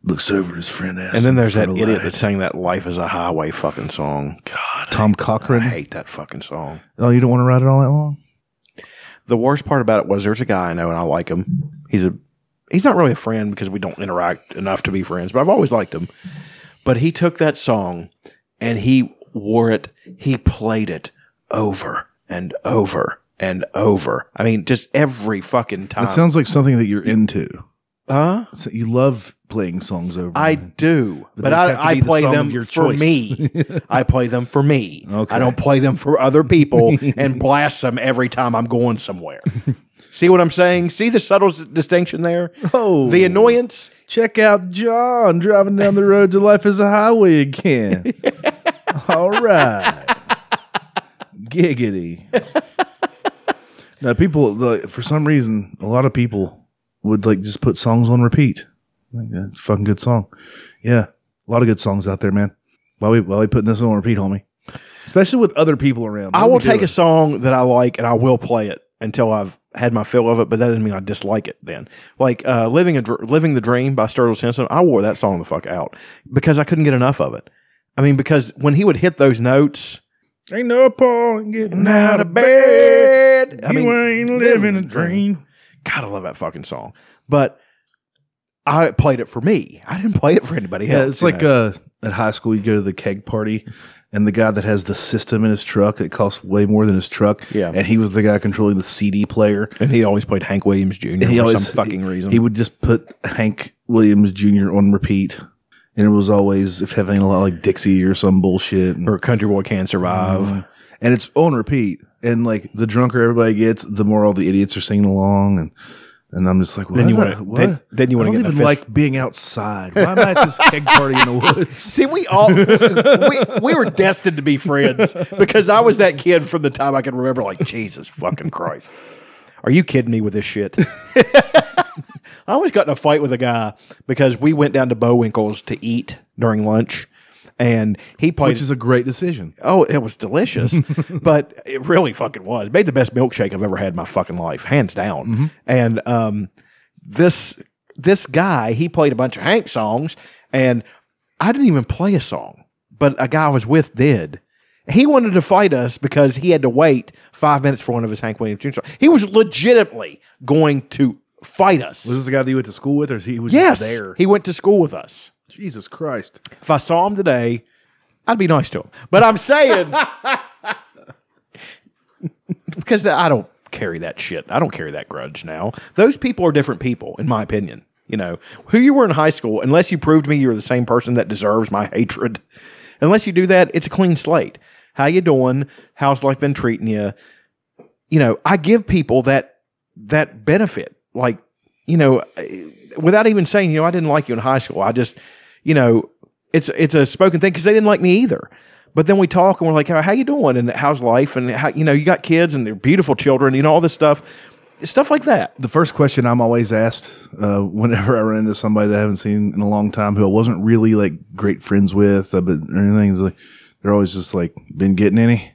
Speaker 1: looks over at his friend, asks
Speaker 2: And then
Speaker 1: him
Speaker 2: there's
Speaker 1: for
Speaker 2: that
Speaker 1: a
Speaker 2: idiot
Speaker 1: light.
Speaker 2: that sang that "Life Is a Highway" fucking song. God,
Speaker 1: Tom
Speaker 2: I
Speaker 1: Cochran.
Speaker 2: hate that fucking song.
Speaker 1: Oh, you don't want to ride it all that long?
Speaker 2: the worst part about it was there's a guy I know and I like him. He's a he's not really a friend because we don't interact enough to be friends, but I've always liked him. But he took that song and he wore it, he played it over and over and over. I mean, just every fucking time.
Speaker 1: That sounds like something that you're into.
Speaker 2: Uh, huh?
Speaker 1: So you love playing songs over.
Speaker 2: I
Speaker 1: and-
Speaker 2: do, but,
Speaker 1: But those have to
Speaker 2: I, I
Speaker 1: be the
Speaker 2: play
Speaker 1: song of
Speaker 2: them
Speaker 1: your
Speaker 2: for
Speaker 1: choice.
Speaker 2: me. I play them for me.
Speaker 1: Okay.
Speaker 2: I don't play them for other people and blast them every time I'm going somewhere. See what I'm saying? See the subtle s- distinction there?
Speaker 1: Oh.
Speaker 2: The annoyance?
Speaker 1: check out John driving down the road to life as a highway again. all right, giggity. now, people like, for some reason, a lot of people would like just put songs on repeat. Like, that's a fucking good song. Yeah, a lot of good songs out there, man. Why we why we putting this on repeat, homie? Especially with other people around.
Speaker 2: I
Speaker 1: What are
Speaker 2: will
Speaker 1: we
Speaker 2: take
Speaker 1: doing?
Speaker 2: a song that I like and I will play it until I've had my fill of it, but that doesn't mean I dislike it then. Like uh, Living a Dr- Living the Dream by Sturgill Simpson, I wore that song the fuck out because I couldn't get enough of it. I mean, because when he would hit those notes,
Speaker 1: Ain't no point in getting
Speaker 2: out
Speaker 1: out
Speaker 2: of
Speaker 1: of bed.
Speaker 2: bed. I
Speaker 1: you
Speaker 2: mean,
Speaker 1: ain't living a dream.
Speaker 2: God, I love that fucking song. But I played it for me. I didn't play it for anybody
Speaker 1: Yeah,
Speaker 2: else.
Speaker 1: it's
Speaker 2: you
Speaker 1: like
Speaker 2: know?
Speaker 1: uh, at high school, you go to the keg party, and the guy that has the system in his truck that costs way more than his truck.
Speaker 2: Yeah.
Speaker 1: and he was the guy controlling the CD player.
Speaker 2: and he always played Hank Williams Jr.
Speaker 1: uh, he
Speaker 2: for
Speaker 1: always
Speaker 2: some fucking reason.
Speaker 1: He would just put Hank Williams Jr. on repeat, and it was always if having a lot like Dixie or some bullshit. And,
Speaker 2: or Country Boy Can Survive.
Speaker 1: and it's on repeat. And like the drunker everybody gets, the more all the idiots are singing along, and and I'm just like, what?
Speaker 2: Then you wanna-
Speaker 1: What?
Speaker 2: then- then you wanna
Speaker 1: I don't
Speaker 2: get in a
Speaker 1: even
Speaker 2: fist-
Speaker 1: like being outside. Why am I at this keg party in the woods?
Speaker 2: See, we all we, we were destined to be friends because I was that kid from the time I can remember. Like Jesus fucking Christ, are you kidding me with this shit? I always got in a fight with a guy because we went down to Bowinkle's to eat during lunch, and he played.
Speaker 1: Which is a great decision.
Speaker 2: oh, it was delicious, but it really fucking was. Made the best milkshake I've ever had in my fucking life, hands down.
Speaker 1: Mm-hmm.
Speaker 2: And um, this this guy, he played a bunch of Hank songs, and I didn't even play a song, but a guy I was with did. He wanted to fight us because he had to wait five minutes for one of his Hank Williams Jr. songs. He was legitimately going to fight us.
Speaker 1: Was this the guy that you went to school with, or is he was
Speaker 2: yes,
Speaker 1: just there?
Speaker 2: he went to school with us.
Speaker 1: Jesus Christ!
Speaker 2: If I saw him today, I'd be nice to him. But I'm saying because I don't carry that shit. I don't carry that grudge now. Those people are different people, in my opinion. You know, who you were in high school, unless you prove to me you're the same person that deserves my hatred. Unless you do that, it's a clean slate. How you doing? How's life been treating you? You know, I give people that that benefit. Like, you know, eh, without even saying, you know, I didn't like you in high school. I just, you know, it's it's a spoken thing because they didn't like me either. But then we talk and we're like, "How- how you doing? And how's life? And how you know you got kids and they're beautiful children. You know all this stuff, stuff like that.
Speaker 1: The first question I'm always asked uh, whenever I run into somebody that I haven't seen in a long time who I wasn't really like great friends with, uh, but or anything is like they're always just like, "Been getting any?"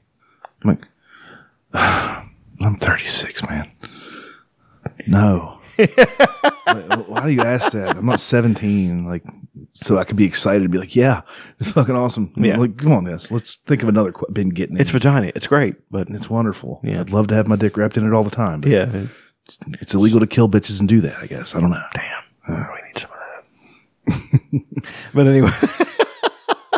Speaker 1: I'm like, "I'm 36, man." No. Like, why do you ask that? I'm not 17. Like, so I could be excited and be like, "Yeah, it's fucking awesome."
Speaker 2: Yeah.
Speaker 1: Like, come on, this. Let's think of another. Qu- been getting
Speaker 2: It's
Speaker 1: any.
Speaker 2: vagina. It's great, but
Speaker 1: It's wonderful.
Speaker 2: Yeah.
Speaker 1: I'd love to have my dick wrapped in it all the time. But
Speaker 2: yeah,
Speaker 1: it's illegal to kill bitches and do that. I guess I don't know.
Speaker 2: damn, Oh, we need some of that. but anyway,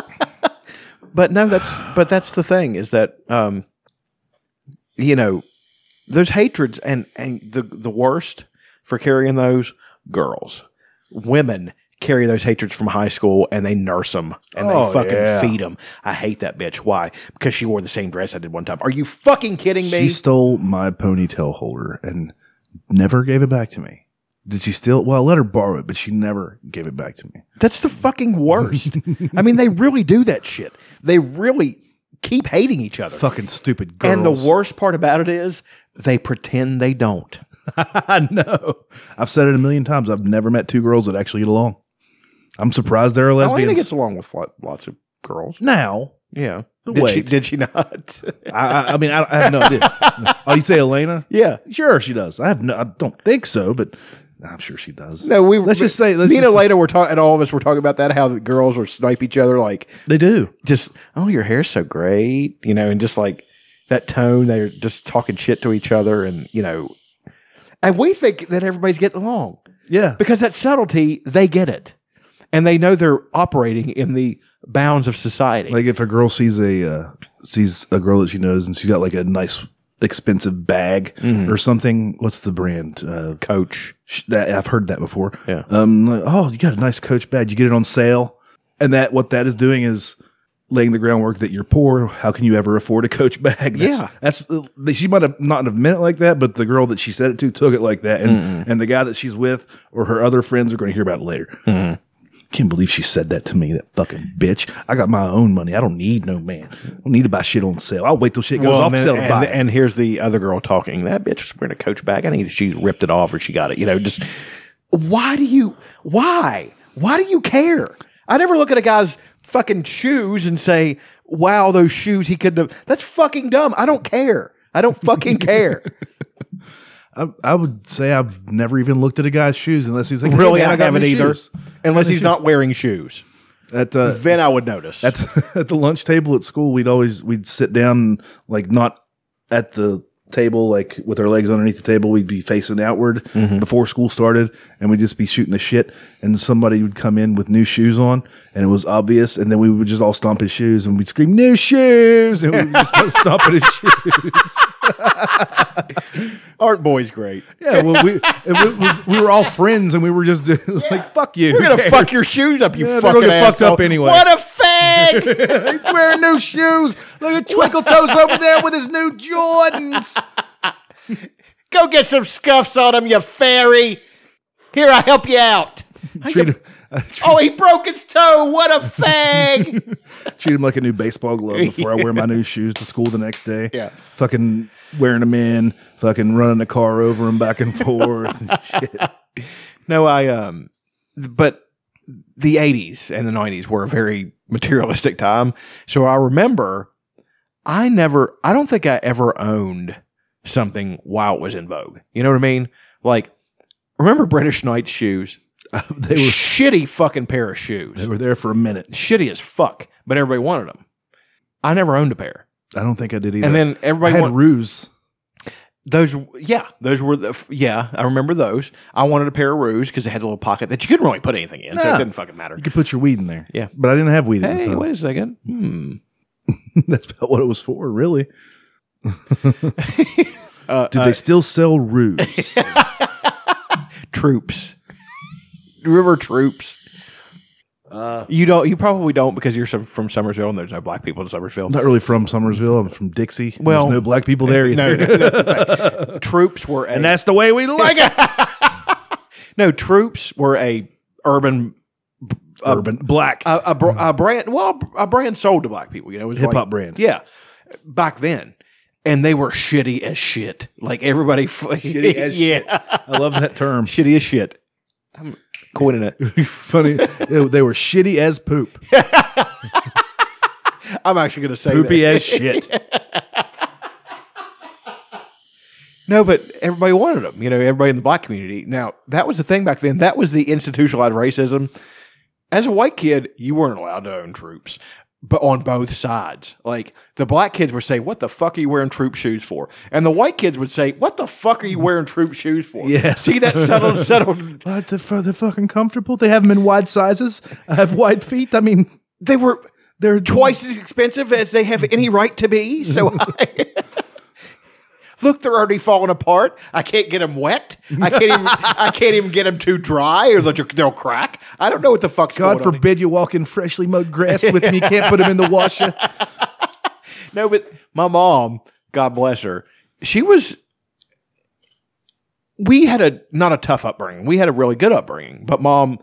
Speaker 2: but no, that's but that's the thing is that um, you know, there's hatreds and and the the worst for carrying those girls, women carry those hatreds from high school and they nurse them and
Speaker 1: Oh,
Speaker 2: they fucking
Speaker 1: yeah.
Speaker 2: feed them. I hate that bitch. Why? Because she wore the same dress I did one time. Are you fucking kidding me?
Speaker 1: She stole my ponytail holder and never gave it back to me. Did she steal? Well, I let her borrow it, but she never gave it back to me.
Speaker 2: That's the fucking worst. I mean, they really do that shit. They really keep hating each other.
Speaker 1: Fucking stupid girls.
Speaker 2: and the worst part about it is they pretend they don't.
Speaker 1: I know. I've said it a million times. I've never met two girls that actually get along. I'm surprised there are
Speaker 2: Elena
Speaker 1: lesbians
Speaker 2: gets along with lot, lots of girls.
Speaker 1: now.
Speaker 2: Yeah.
Speaker 1: But
Speaker 2: Did she,
Speaker 1: wait.
Speaker 2: did she not?
Speaker 1: I, I, I mean, I, I have no idea. oh, you say Elena?
Speaker 2: yeah.
Speaker 1: Sure, she does. I have no. I don't think so, but I'm sure she does.
Speaker 2: No, we
Speaker 1: let's just say. Let's
Speaker 2: me and
Speaker 1: just-
Speaker 2: Elena were talking, and all of us were talking about that. How the girls were snipe each other, like
Speaker 1: They do.
Speaker 2: just oh, your hair's so great, you know, and just like that tone. They're just talking shit to each other, and you know, and we think that everybody's getting along.
Speaker 1: Yeah.
Speaker 2: because that subtlety they get it and they know they're operating in the bounds of society
Speaker 1: Like if a girl sees a uh, sees a girl that she knows and she's got like a nice expensive bag or something. What's the brand? Uh,
Speaker 2: Mm-hmm. coach
Speaker 1: sh- that I've heard that before.
Speaker 2: Yeah.
Speaker 1: Um. like, oh, you got a nice Coach badge. You get it on sale, and that what that is doing is laying the groundwork that you're poor. How can you ever afford a Coach bag? That's,
Speaker 2: Yeah.
Speaker 1: That's uh, she might have not have meant it like that, but the girl that she said it to took it like that, and and the guy that she's with or her other friends are going to hear about it later. Can't believe she said that to me, that fucking bitch. I got my own money. I don't need no man. I don't need to buy shit on sale. I'll wait till shit goes off
Speaker 2: and,
Speaker 1: sale to buy. it.
Speaker 2: and here's the other girl talking that bitch was wearing a coach bag i think she ripped it off or she got it you know just why do you why why do you care i never look at a guy's fucking shoes and say, wow, those shoes he couldn't have. That's fucking dumb. I don't care. I don't fucking care.
Speaker 1: I, I would say I've never even looked at a guy's shoes unless he's like,
Speaker 2: really,
Speaker 1: hey, man,
Speaker 2: I,
Speaker 1: got
Speaker 2: haven't
Speaker 1: new
Speaker 2: either.
Speaker 1: shoes."
Speaker 2: Unless he's
Speaker 1: shoes.
Speaker 2: not wearing shoes.
Speaker 1: At uh,
Speaker 2: Then I would notice.
Speaker 1: at the, at the lunch table at school, we'd always we'd sit down like not at the table, like with our legs underneath the table. We'd be facing outward before school started, and we'd just be shooting the shit. And somebody would come in with new shoes on, and it was obvious. And then we would just all stomp his shoes, and we'd scream "new shoes," and we'd just start stomping his shoes.
Speaker 2: Art Boy's great.
Speaker 1: Yeah, well, we it was, we were all friends, and we were just it was like "fuck you."
Speaker 2: You're gonna fuck your shoes up, you
Speaker 1: Yeah, they're
Speaker 2: fucking
Speaker 1: gonna get fucked
Speaker 2: asshole.
Speaker 1: up anyway.
Speaker 2: What a fag!
Speaker 1: He's wearing new shoes. Look at Twinkle Toes over there with his new Jordans.
Speaker 2: Go get some scuffs on him, you fairy. Here, I help you out.
Speaker 1: Treat him,
Speaker 2: Oh, he broke his toe. What a fag!
Speaker 1: treat him like a new baseball glove before I wear my new shoes to school the next day.
Speaker 2: Yeah.
Speaker 1: Fucking wearing them in, fucking running the car over him back and forth and shit.
Speaker 2: no, I um, but the '80s and the '90s were a very materialistic time. So I remember, I never, I don't think I ever owned something while it was in vogue. You know what I mean? Like, remember British Knights shoes?
Speaker 1: They were
Speaker 2: Shitty fucking pair of shoes.
Speaker 1: they were there for a minute.
Speaker 2: shitty as fuck, but everybody wanted them. I never owned a pair,
Speaker 1: I don't think I did either.
Speaker 2: and then
Speaker 1: I
Speaker 2: everybody
Speaker 1: had
Speaker 2: wanted
Speaker 1: ruse.
Speaker 2: those. Yeah, those were the yeah. I remember those. I wanted a pair of Ruse because they had a little pocket that you couldn't really put anything in, so it
Speaker 1: Yeah.
Speaker 2: didn't fucking matter.
Speaker 1: You could put your weed in there.
Speaker 2: Yeah.
Speaker 1: But I didn't have weed at the
Speaker 2: Hey,
Speaker 1: time.
Speaker 2: wait a second. Hmm.
Speaker 1: That's about what it was for, really.
Speaker 2: Uh,
Speaker 1: Did they still sell ruse?
Speaker 2: Troops. River troops. Uh, you don't. You probably don't because you're some, from Somersville, and there's no black people in Somersville.
Speaker 1: Not really from Somersville. I'm from Dixie.
Speaker 2: Well-
Speaker 1: There's no black people there either.
Speaker 2: no, no, that's the thing. troops were a,
Speaker 1: And that's the way we like it.
Speaker 2: no troops were a urban Uh,
Speaker 1: Urban black.
Speaker 2: a, a, br- a brand well a brand sold to black people you know it was
Speaker 1: Hip-hop
Speaker 2: like-
Speaker 1: brand.
Speaker 2: yeah back then and they were shitty as shit like everybody f- shitty
Speaker 1: as
Speaker 2: yeah
Speaker 1: I love that term.
Speaker 2: shitty as shit I'm coining it
Speaker 1: Funny. they were shitty as poop.
Speaker 2: I'm actually gonna say
Speaker 1: Poopy
Speaker 2: that.
Speaker 1: as shit.
Speaker 2: no but everybody wanted them you know everybody in the black community now that was the thing back then that was the institutionalized racism as a white kid you weren't allowed to own troops but on both sides like the black kids would say what the fuck are you wearing troop shoes for and the white kids would say what the fuck are you wearing troop shoes for
Speaker 1: Yeah.
Speaker 2: see that settled settled
Speaker 1: What the fu- they're fucking comfortable. They have them in wide sizes. I have wide feet. I mean,
Speaker 2: they were they're twice as expensive as they have any right to be. So I, look, they're already falling apart. I can't get them wet. I can't even I can't even get them too dry, or they'll, they'll crack. I don't know what the fuck's
Speaker 1: God
Speaker 2: going on.
Speaker 1: forbid you walk in freshly mowed grass with me. Can't put them in the washer.
Speaker 2: No, but my mom, God bless her, she was. We had a not a tough upbringing. We had a really good upbringing, but mom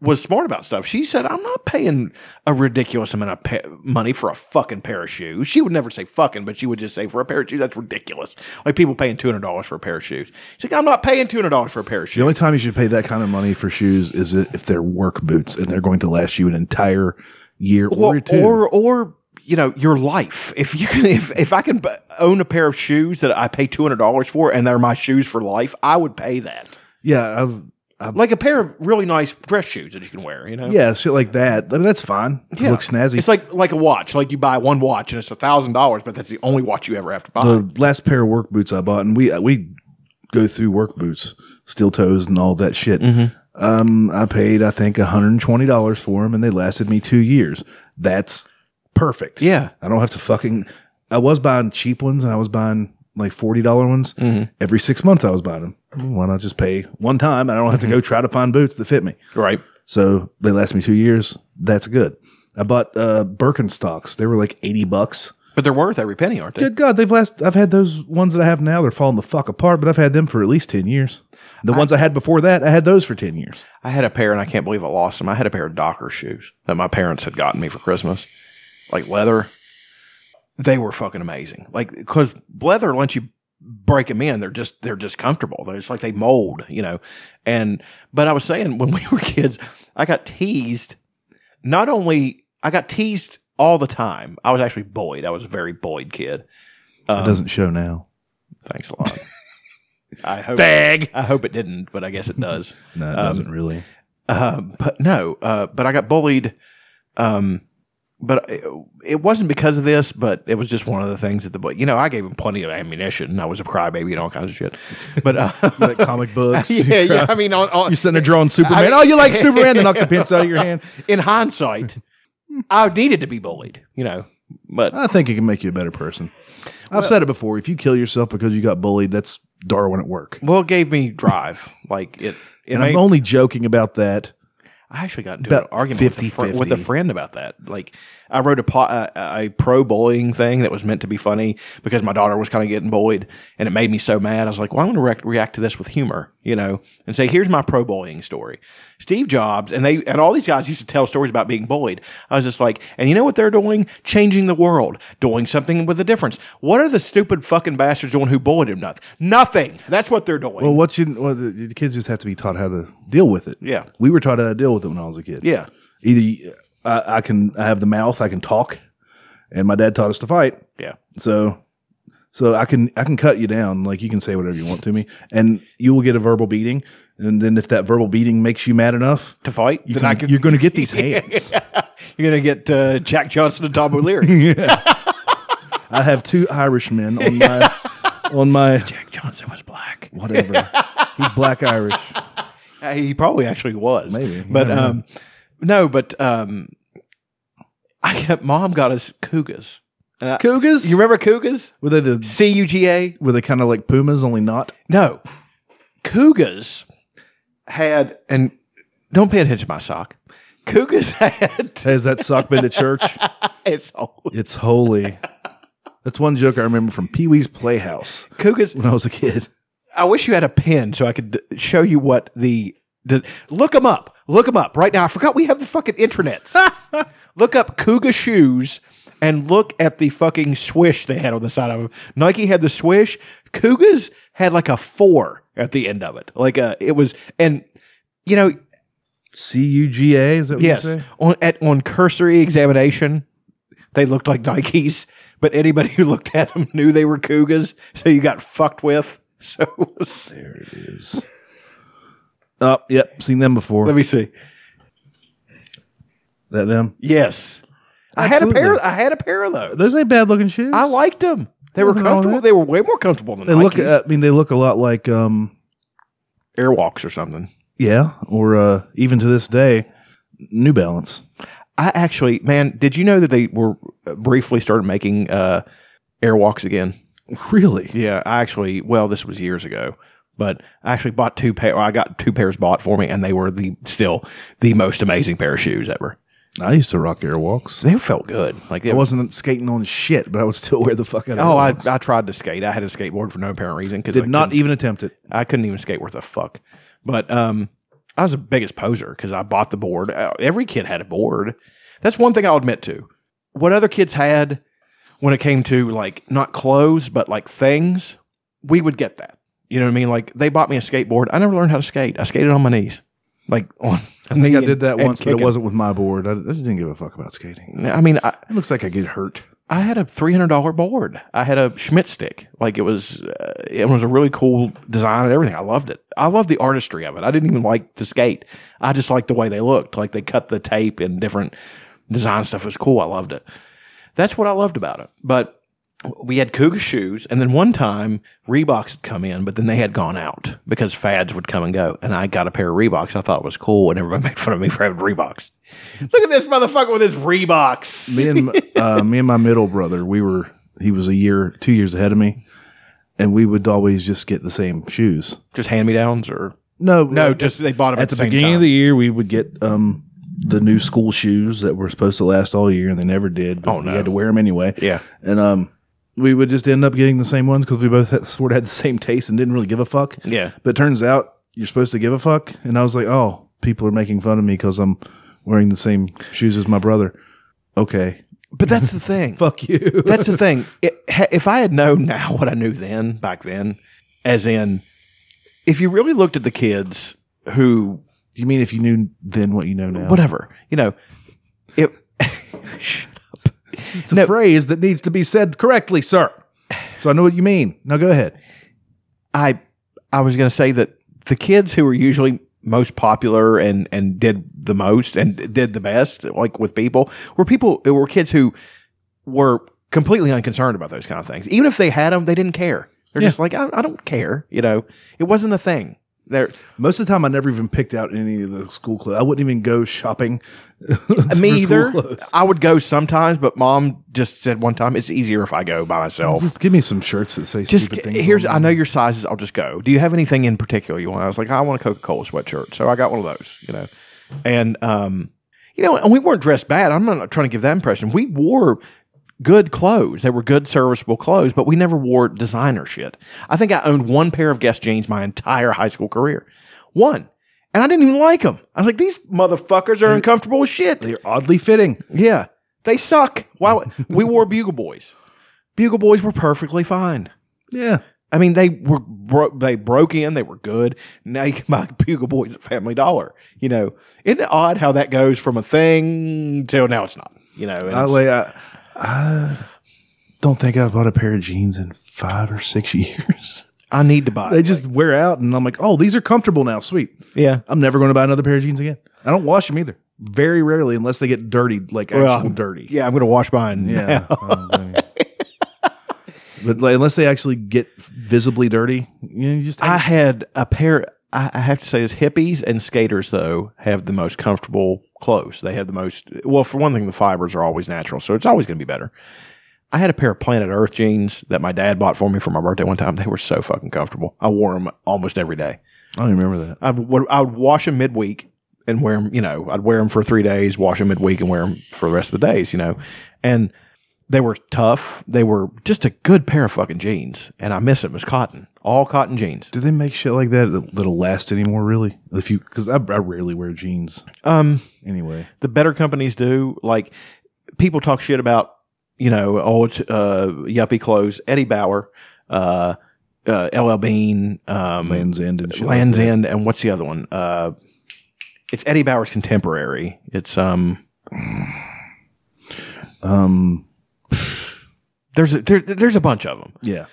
Speaker 2: was smart about stuff. She said, "I'm not paying a ridiculous amount of pa- money for a fucking pair of shoes." She would never say fucking, but she would just say for a pair of shoes that's ridiculous. Like people paying two hundred dollars for a pair of shoes. She's like, "I'm not paying two hundred dollars for a pair of
Speaker 1: The
Speaker 2: shoes."
Speaker 1: only time you should pay that kind of money for shoes is if they're work boots and they're going to last you an entire year
Speaker 2: Well,
Speaker 1: or two.
Speaker 2: or or you know your life. If you can, if if I can b- own a pair of shoes that I pay two hundred dollars for and they're my shoes for life, I would pay that.
Speaker 1: yeah, I've,
Speaker 2: Like a pair of really nice dress shoes that you can wear. You know,
Speaker 1: Um, yeah, shit like that. I mean, that's fine. It Looks snazzy.
Speaker 2: It's like like a watch. Like you buy one watch and it's a thousand dollars, but that's the only watch you ever have to buy.
Speaker 1: the last pair of work boots I bought, and we we go through work boots, steel toes, and all that shit. Um, I paid I think one hundred and twenty dollars for them, and they lasted me two years. That's perfect.
Speaker 2: yeah,
Speaker 1: I don't have to fucking. I was buying cheap ones, and I was buying like forty dollar ones every six months. I was buying them. Why not just pay one time? and I don't have to go try to find boots that fit me.
Speaker 2: right.
Speaker 1: So they last me two years. That's good. I bought uh, Birkenstocks. They were like eighty bucks.
Speaker 2: But they're worth every penny, aren't they?
Speaker 1: Good God, they've last. I've had those ones that I have now. They're falling the fuck apart, but I've had them for at least ten years. The ones I had before that, I had those for ten years.
Speaker 2: I had a pair, and I can't believe I lost them. I had a pair of Docker shoes that my parents had gotten me for Christmas, like leather. They were fucking amazing. Like because leather, once you break them in, they're just they're just comfortable. They're just like they mold, you know. And but I was saying when we were kids, I got teased not only I got teased all the time. I was actually bullied. I was a very bullied kid.
Speaker 1: it doesn't show now.
Speaker 2: Thanks a lot. I hope
Speaker 1: Fag.
Speaker 2: I hope it didn't, but I guess it does.
Speaker 1: No, it
Speaker 2: Um,
Speaker 1: doesn't really.
Speaker 2: Uh, but no, uh, but I got bullied. Um, but it, it wasn't because of this, but it was just one of the things that the boy, you know, I gave him plenty of ammunition. I was a crybaby and all kinds of shit. But uh,
Speaker 1: Like comic books.
Speaker 2: yeah, yeah. I mean, on, on,
Speaker 1: You're sitting there drawing Superman.
Speaker 2: mean-
Speaker 1: oh, you like Superman? They knock the pencil out of your hand.
Speaker 2: in hindsight, I needed to be bullied, you know. But
Speaker 1: I think it can make you a better person. I've said it before. If you kill yourself because you got bullied, that's Darwin at work.
Speaker 2: well, it gave me drive. Like it, it
Speaker 1: And
Speaker 2: made-
Speaker 1: I'm only joking about that.
Speaker 2: I actually got into an
Speaker 1: About
Speaker 2: argument with a, fri-
Speaker 1: 50-50.
Speaker 2: with a friend about that. Like, I wrote a, po- a, a pro bullying thing that was meant to be funny because my daughter was kind of getting bullied, and it made me so mad. I was like, "Well, I'm going to react react to this with humor, you know, and say, here's my pro bullying story." Steve Jobs and they and all these guys used to tell stories about being bullied. I was just like, "And you know what they're doing? Changing the world, doing something with a difference. What are the stupid fucking bastards doing who bullied him? Nothing. Nothing. That's what they're doing."
Speaker 1: Well, what you well, the, the kids just have to be taught how to deal with it.
Speaker 2: Yeah.
Speaker 1: we were taught how to deal with it when I was a kid.
Speaker 2: Yeah.
Speaker 1: either you, I, I can I have the mouth, I can talk, and my dad taught us to fight.
Speaker 2: yeah.
Speaker 1: So, so I can I can cut you down. Like you can say whatever you want to me, and you will get a verbal beating. And then if that verbal beating makes you mad enough,
Speaker 2: To fight,
Speaker 1: you
Speaker 2: then
Speaker 1: can,
Speaker 2: I can-
Speaker 1: you're going to get these hands.
Speaker 2: You're gonna get uh, Jack Johnson and Tom O'Leary.
Speaker 1: I have two Irishmen on my on my
Speaker 2: Jack Johnson was black.
Speaker 1: whatever. He's black Irish.
Speaker 2: Uh, He probably actually was.
Speaker 1: Maybe.
Speaker 2: but
Speaker 1: Yeah.
Speaker 2: um, no, but um, I got, mom got us cougars. And I-
Speaker 1: Cougars?
Speaker 2: Uh, You remember cougars?
Speaker 1: were they the
Speaker 2: C U G A.
Speaker 1: were they kind of like pumas only not?
Speaker 2: No, cougars had and don't pay attention to my sock. Cougars had
Speaker 1: Has that sock been to church?
Speaker 2: it's old.
Speaker 1: It's holy. That's one joke I remember from Pee Wee's Playhouse
Speaker 2: Cougars
Speaker 1: when I was a kid.
Speaker 2: I wish you had a pen so I could d- show you what the, the look them up. Look them up right now. I forgot we have the fucking intranets. look up Kuga shoes and look at the fucking swish they had on the side of them. Nike had the swish. Kugas had like a four at the end of it. Like a it was and you know
Speaker 1: C U G A is that what you
Speaker 2: yes
Speaker 1: say?
Speaker 2: on at on cursory examination they looked like Nikes, but anybody who looked at them knew they were Kugas. So you got fucked with. So it was-
Speaker 1: There it is. Oh, yep, seen them before.
Speaker 2: let me see.
Speaker 1: that them.
Speaker 2: Yes. I had a pair.
Speaker 1: Absolutely.
Speaker 2: I had a pair of those.
Speaker 1: Those ain't bad looking shoes.
Speaker 2: I liked them. They were
Speaker 1: Nothing wrong with
Speaker 2: comfortable.
Speaker 1: that.
Speaker 2: They were way more comfortable than
Speaker 1: they
Speaker 2: Nikes.
Speaker 1: look. uh, I mean, they look a lot like um,
Speaker 2: Airwalks or something.
Speaker 1: yeah, or uh, even to this day, New Balance.
Speaker 2: I actually, man, did you know that they were uh, briefly started making uh, Airwalks again?
Speaker 1: Really?
Speaker 2: Yeah, I actually. Well, this was years ago, but I actually bought two pair. I got two pairs bought for me, and they were the still the most amazing pair of shoes ever.
Speaker 1: I used to rock Airwalks.
Speaker 2: They felt good. Like
Speaker 1: I
Speaker 2: it was.
Speaker 1: wasn't skating on shit, but I would still wear the fuck out of.
Speaker 2: Oh, I,
Speaker 1: Airwalks.
Speaker 2: I tried to skate. I had a skateboard for no apparent reason because
Speaker 1: did not even attempt it.
Speaker 2: I couldn't even skate worth a fuck. But um, I was the biggest poser because I bought the board. Uh, Every kid had a board. That's one thing I'll admit to. What other kids had when it came to like not clothes, but like things, we would get that. You know what I mean? Like they bought me a skateboard. I never learned how to skate. I skated on my knees. Like on.
Speaker 1: I think I did that once, but it wasn't with my board. I, I just didn't give a fuck about skating.
Speaker 2: I mean, I,
Speaker 1: It looks like I get hurt.
Speaker 2: I had a three hundred dollar board. I had a Schmidt stick. Like it was, uh, it was a really cool design and everything. I loved it. I loved the artistry of it. I didn't even like the skate. I just liked the way they looked. Like they cut the tape and different design stuff was cool. I loved it. That's what I loved about it. But we had Cougar shoes, and then one time Reeboks had come in, but then they had gone out because fads would come and go. And I got a pair of Reeboks. I thought was cool, and everybody made fun of me for having Reeboks. Look at this motherfucker with his Reeboks.
Speaker 1: me and my- uh, me and my middle brother, we were he was a year, two years ahead of me, and we would always just get the same shoes.
Speaker 2: Just hand me downs or
Speaker 1: No,
Speaker 2: No,
Speaker 1: like,
Speaker 2: just they bought them
Speaker 1: at the, beginning of the year, we would get um the new school shoes that were supposed to last all year, and they never did. But
Speaker 2: Oh, no.
Speaker 1: we had to wear them anyway.
Speaker 2: Yeah.
Speaker 1: and um. We would just end up getting the same ones because we both had, sort of had the same taste and didn't really give a fuck.
Speaker 2: Yeah.
Speaker 1: But turns out you're supposed to give a fuck. And I was like, oh, people are making fun of me because I'm wearing the same shoes as my brother. Okay.
Speaker 2: But that's the thing.
Speaker 1: Fuck you.
Speaker 2: that's the thing. It, ha- if I had known now what I knew then, back then, as in, if you really looked at the kids who,
Speaker 1: You mean if you knew then what you know now?
Speaker 2: whatever, you know, it, Shut up.
Speaker 1: It's a phrase that needs to be said correctly, sir. So I know what you mean. Now go ahead.
Speaker 2: I I was going to say that the kids who were usually most popular and and did the most and did the best like with people were people were kids who were completely unconcerned about those kind of things even if they had them they didn't care they're just like I, I don't care you know it wasn't a thing there
Speaker 1: Most of the time, I never even picked out any of the school clothes. I wouldn't even go shopping.
Speaker 2: me
Speaker 1: for school
Speaker 2: either
Speaker 1: clothes.
Speaker 2: i would go sometimes but mom just said one time it's easier if i go by myself
Speaker 1: Just give me some shirts that say
Speaker 2: just
Speaker 1: stupid
Speaker 2: g-
Speaker 1: things.
Speaker 2: here's
Speaker 1: on
Speaker 2: i know your sizes i'll just go do you have anything in particular you want i was like i want a coca-cola sweatshirt so i got one of those you know and um you know and we weren't dressed bad i'm not trying to give that impression we wore good clothes they were good serviceable clothes but we never wore designer shit i think i owned one pair of guest jeans my entire high school career one and i didn't even like them i was like these motherfuckers are uncomfortable as shit
Speaker 1: them. They're oddly fitting.
Speaker 2: yeah they suck wow we wore bugle boys bugle boys were perfectly fine
Speaker 1: Yeah.
Speaker 2: I mean, they were bro- they broke in. They were good. Now you can buy Bugle Boys at Family Dollar. You know, isn't it odd how that goes from a thing till now it's not. You know, and
Speaker 1: I,
Speaker 2: it's-
Speaker 1: like, I, I don't think I've bought a pair of jeans in five or six years.
Speaker 2: I need to buy.
Speaker 1: They
Speaker 2: it.
Speaker 1: just wear out, and I'm like, oh, these are comfortable now. Sweet.
Speaker 2: yeah.
Speaker 1: I'm never going to buy another pair of jeans again. I don't wash them either. Very rarely, unless they get dirty, like actual
Speaker 2: Well,
Speaker 1: dirty.
Speaker 2: Yeah, I'm gonna wash mine.
Speaker 1: Yeah. um, but like, unless they actually get visibly dirty, you, know, you just
Speaker 2: I had a pair. I I have to say this: hippies and skaters, though, have the most comfortable clothes. They have the most. Well, for one thing, the fibers are always natural, so it's always going to be better. I had a pair of Planet Earth jeans that my dad bought for me for my birthday one time. They were so fucking comfortable. I wore them almost every day.
Speaker 1: I don't even remember that.
Speaker 2: I would I would wash them midweek and wear them. You know, I'd wear them for three days, wash them midweek, and wear them for the rest of the days. You know, and they were tough. They were just a good pair of fucking jeans, and I miss them. It was cotton, all cotton jeans.
Speaker 1: Do they make shit like that that- that'll last anymore? Really? If you because I, I rarely wear jeans
Speaker 2: Um,
Speaker 1: anyway.
Speaker 2: the better companies do like people talk shit about you know old uh, yuppie clothes. Eddie Bauer, uh, uh, LL Bean, um,
Speaker 1: Lands End and shit. like
Speaker 2: Land's
Speaker 1: that.
Speaker 2: End, and what's the other one? Uh, it's Eddie Bauer's contemporary. It's um.
Speaker 1: Um.
Speaker 2: There's a, there, there's a bunch of them,
Speaker 1: Yeah.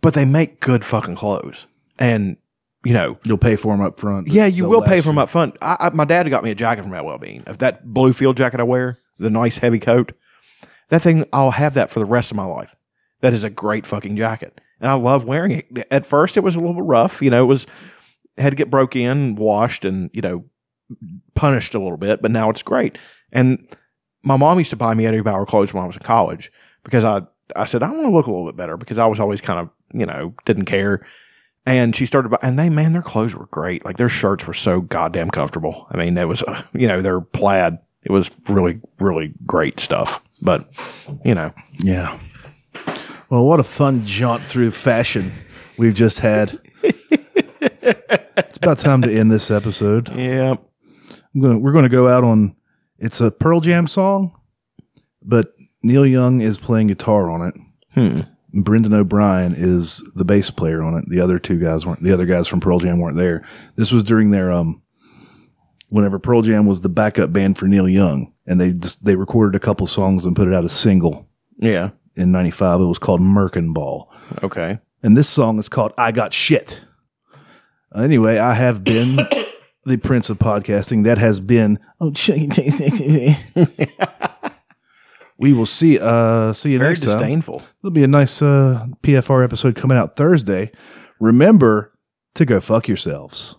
Speaker 2: but they make good fucking clothes, and you know,
Speaker 1: You'll pay for them up front. but
Speaker 2: yeah, you
Speaker 1: they'll
Speaker 2: will pay
Speaker 1: last
Speaker 2: for them up front. I, I, my dad got me a jacket from LL Bean. Of that blue field jacket I wear, the nice heavy coat, that thing I'll have that for the rest of my life. That is a great fucking jacket, and I love wearing it. At first, it was a little bit rough, you know, it was had to get broke in, washed, and you know, punished a little bit, but now it's great. And my mom used to buy me Eddie Bauer clothes when I was in college because I I said I want to look a little bit better because I was always kind of you know didn't care. And she started by, and they man, their clothes were great. Like their shirts were so goddamn comfortable. I mean, that was uh, you know their plaid. It was really really great stuff. But you know,
Speaker 1: Yeah. Well, what a fun jaunt through fashion we've just had. it's about time to end this episode.
Speaker 2: yeah,
Speaker 1: I'm gonna, we're going to go out on it's a Pearl Jam song, but Neil Young is playing guitar on it. And Brendan O'Brien is the bass player on it. The other two guys weren't. The other guys from Pearl Jam weren't there. This was during their um, whenever Pearl Jam was the backup band for Neil Young, and they just they recorded a couple songs and put it out as single
Speaker 2: yeah,
Speaker 1: in '95. It was called Merkin Ball,
Speaker 2: okay,
Speaker 1: and this song is called "I Got Shit." Anyway, I have been the prince of podcasting. That has been. Oh, we will see. Uh, see you
Speaker 2: very
Speaker 1: next time.
Speaker 2: disdainful.
Speaker 1: It'll be a nice uh, PFR episode coming out Thursday. Remember to go fuck yourselves.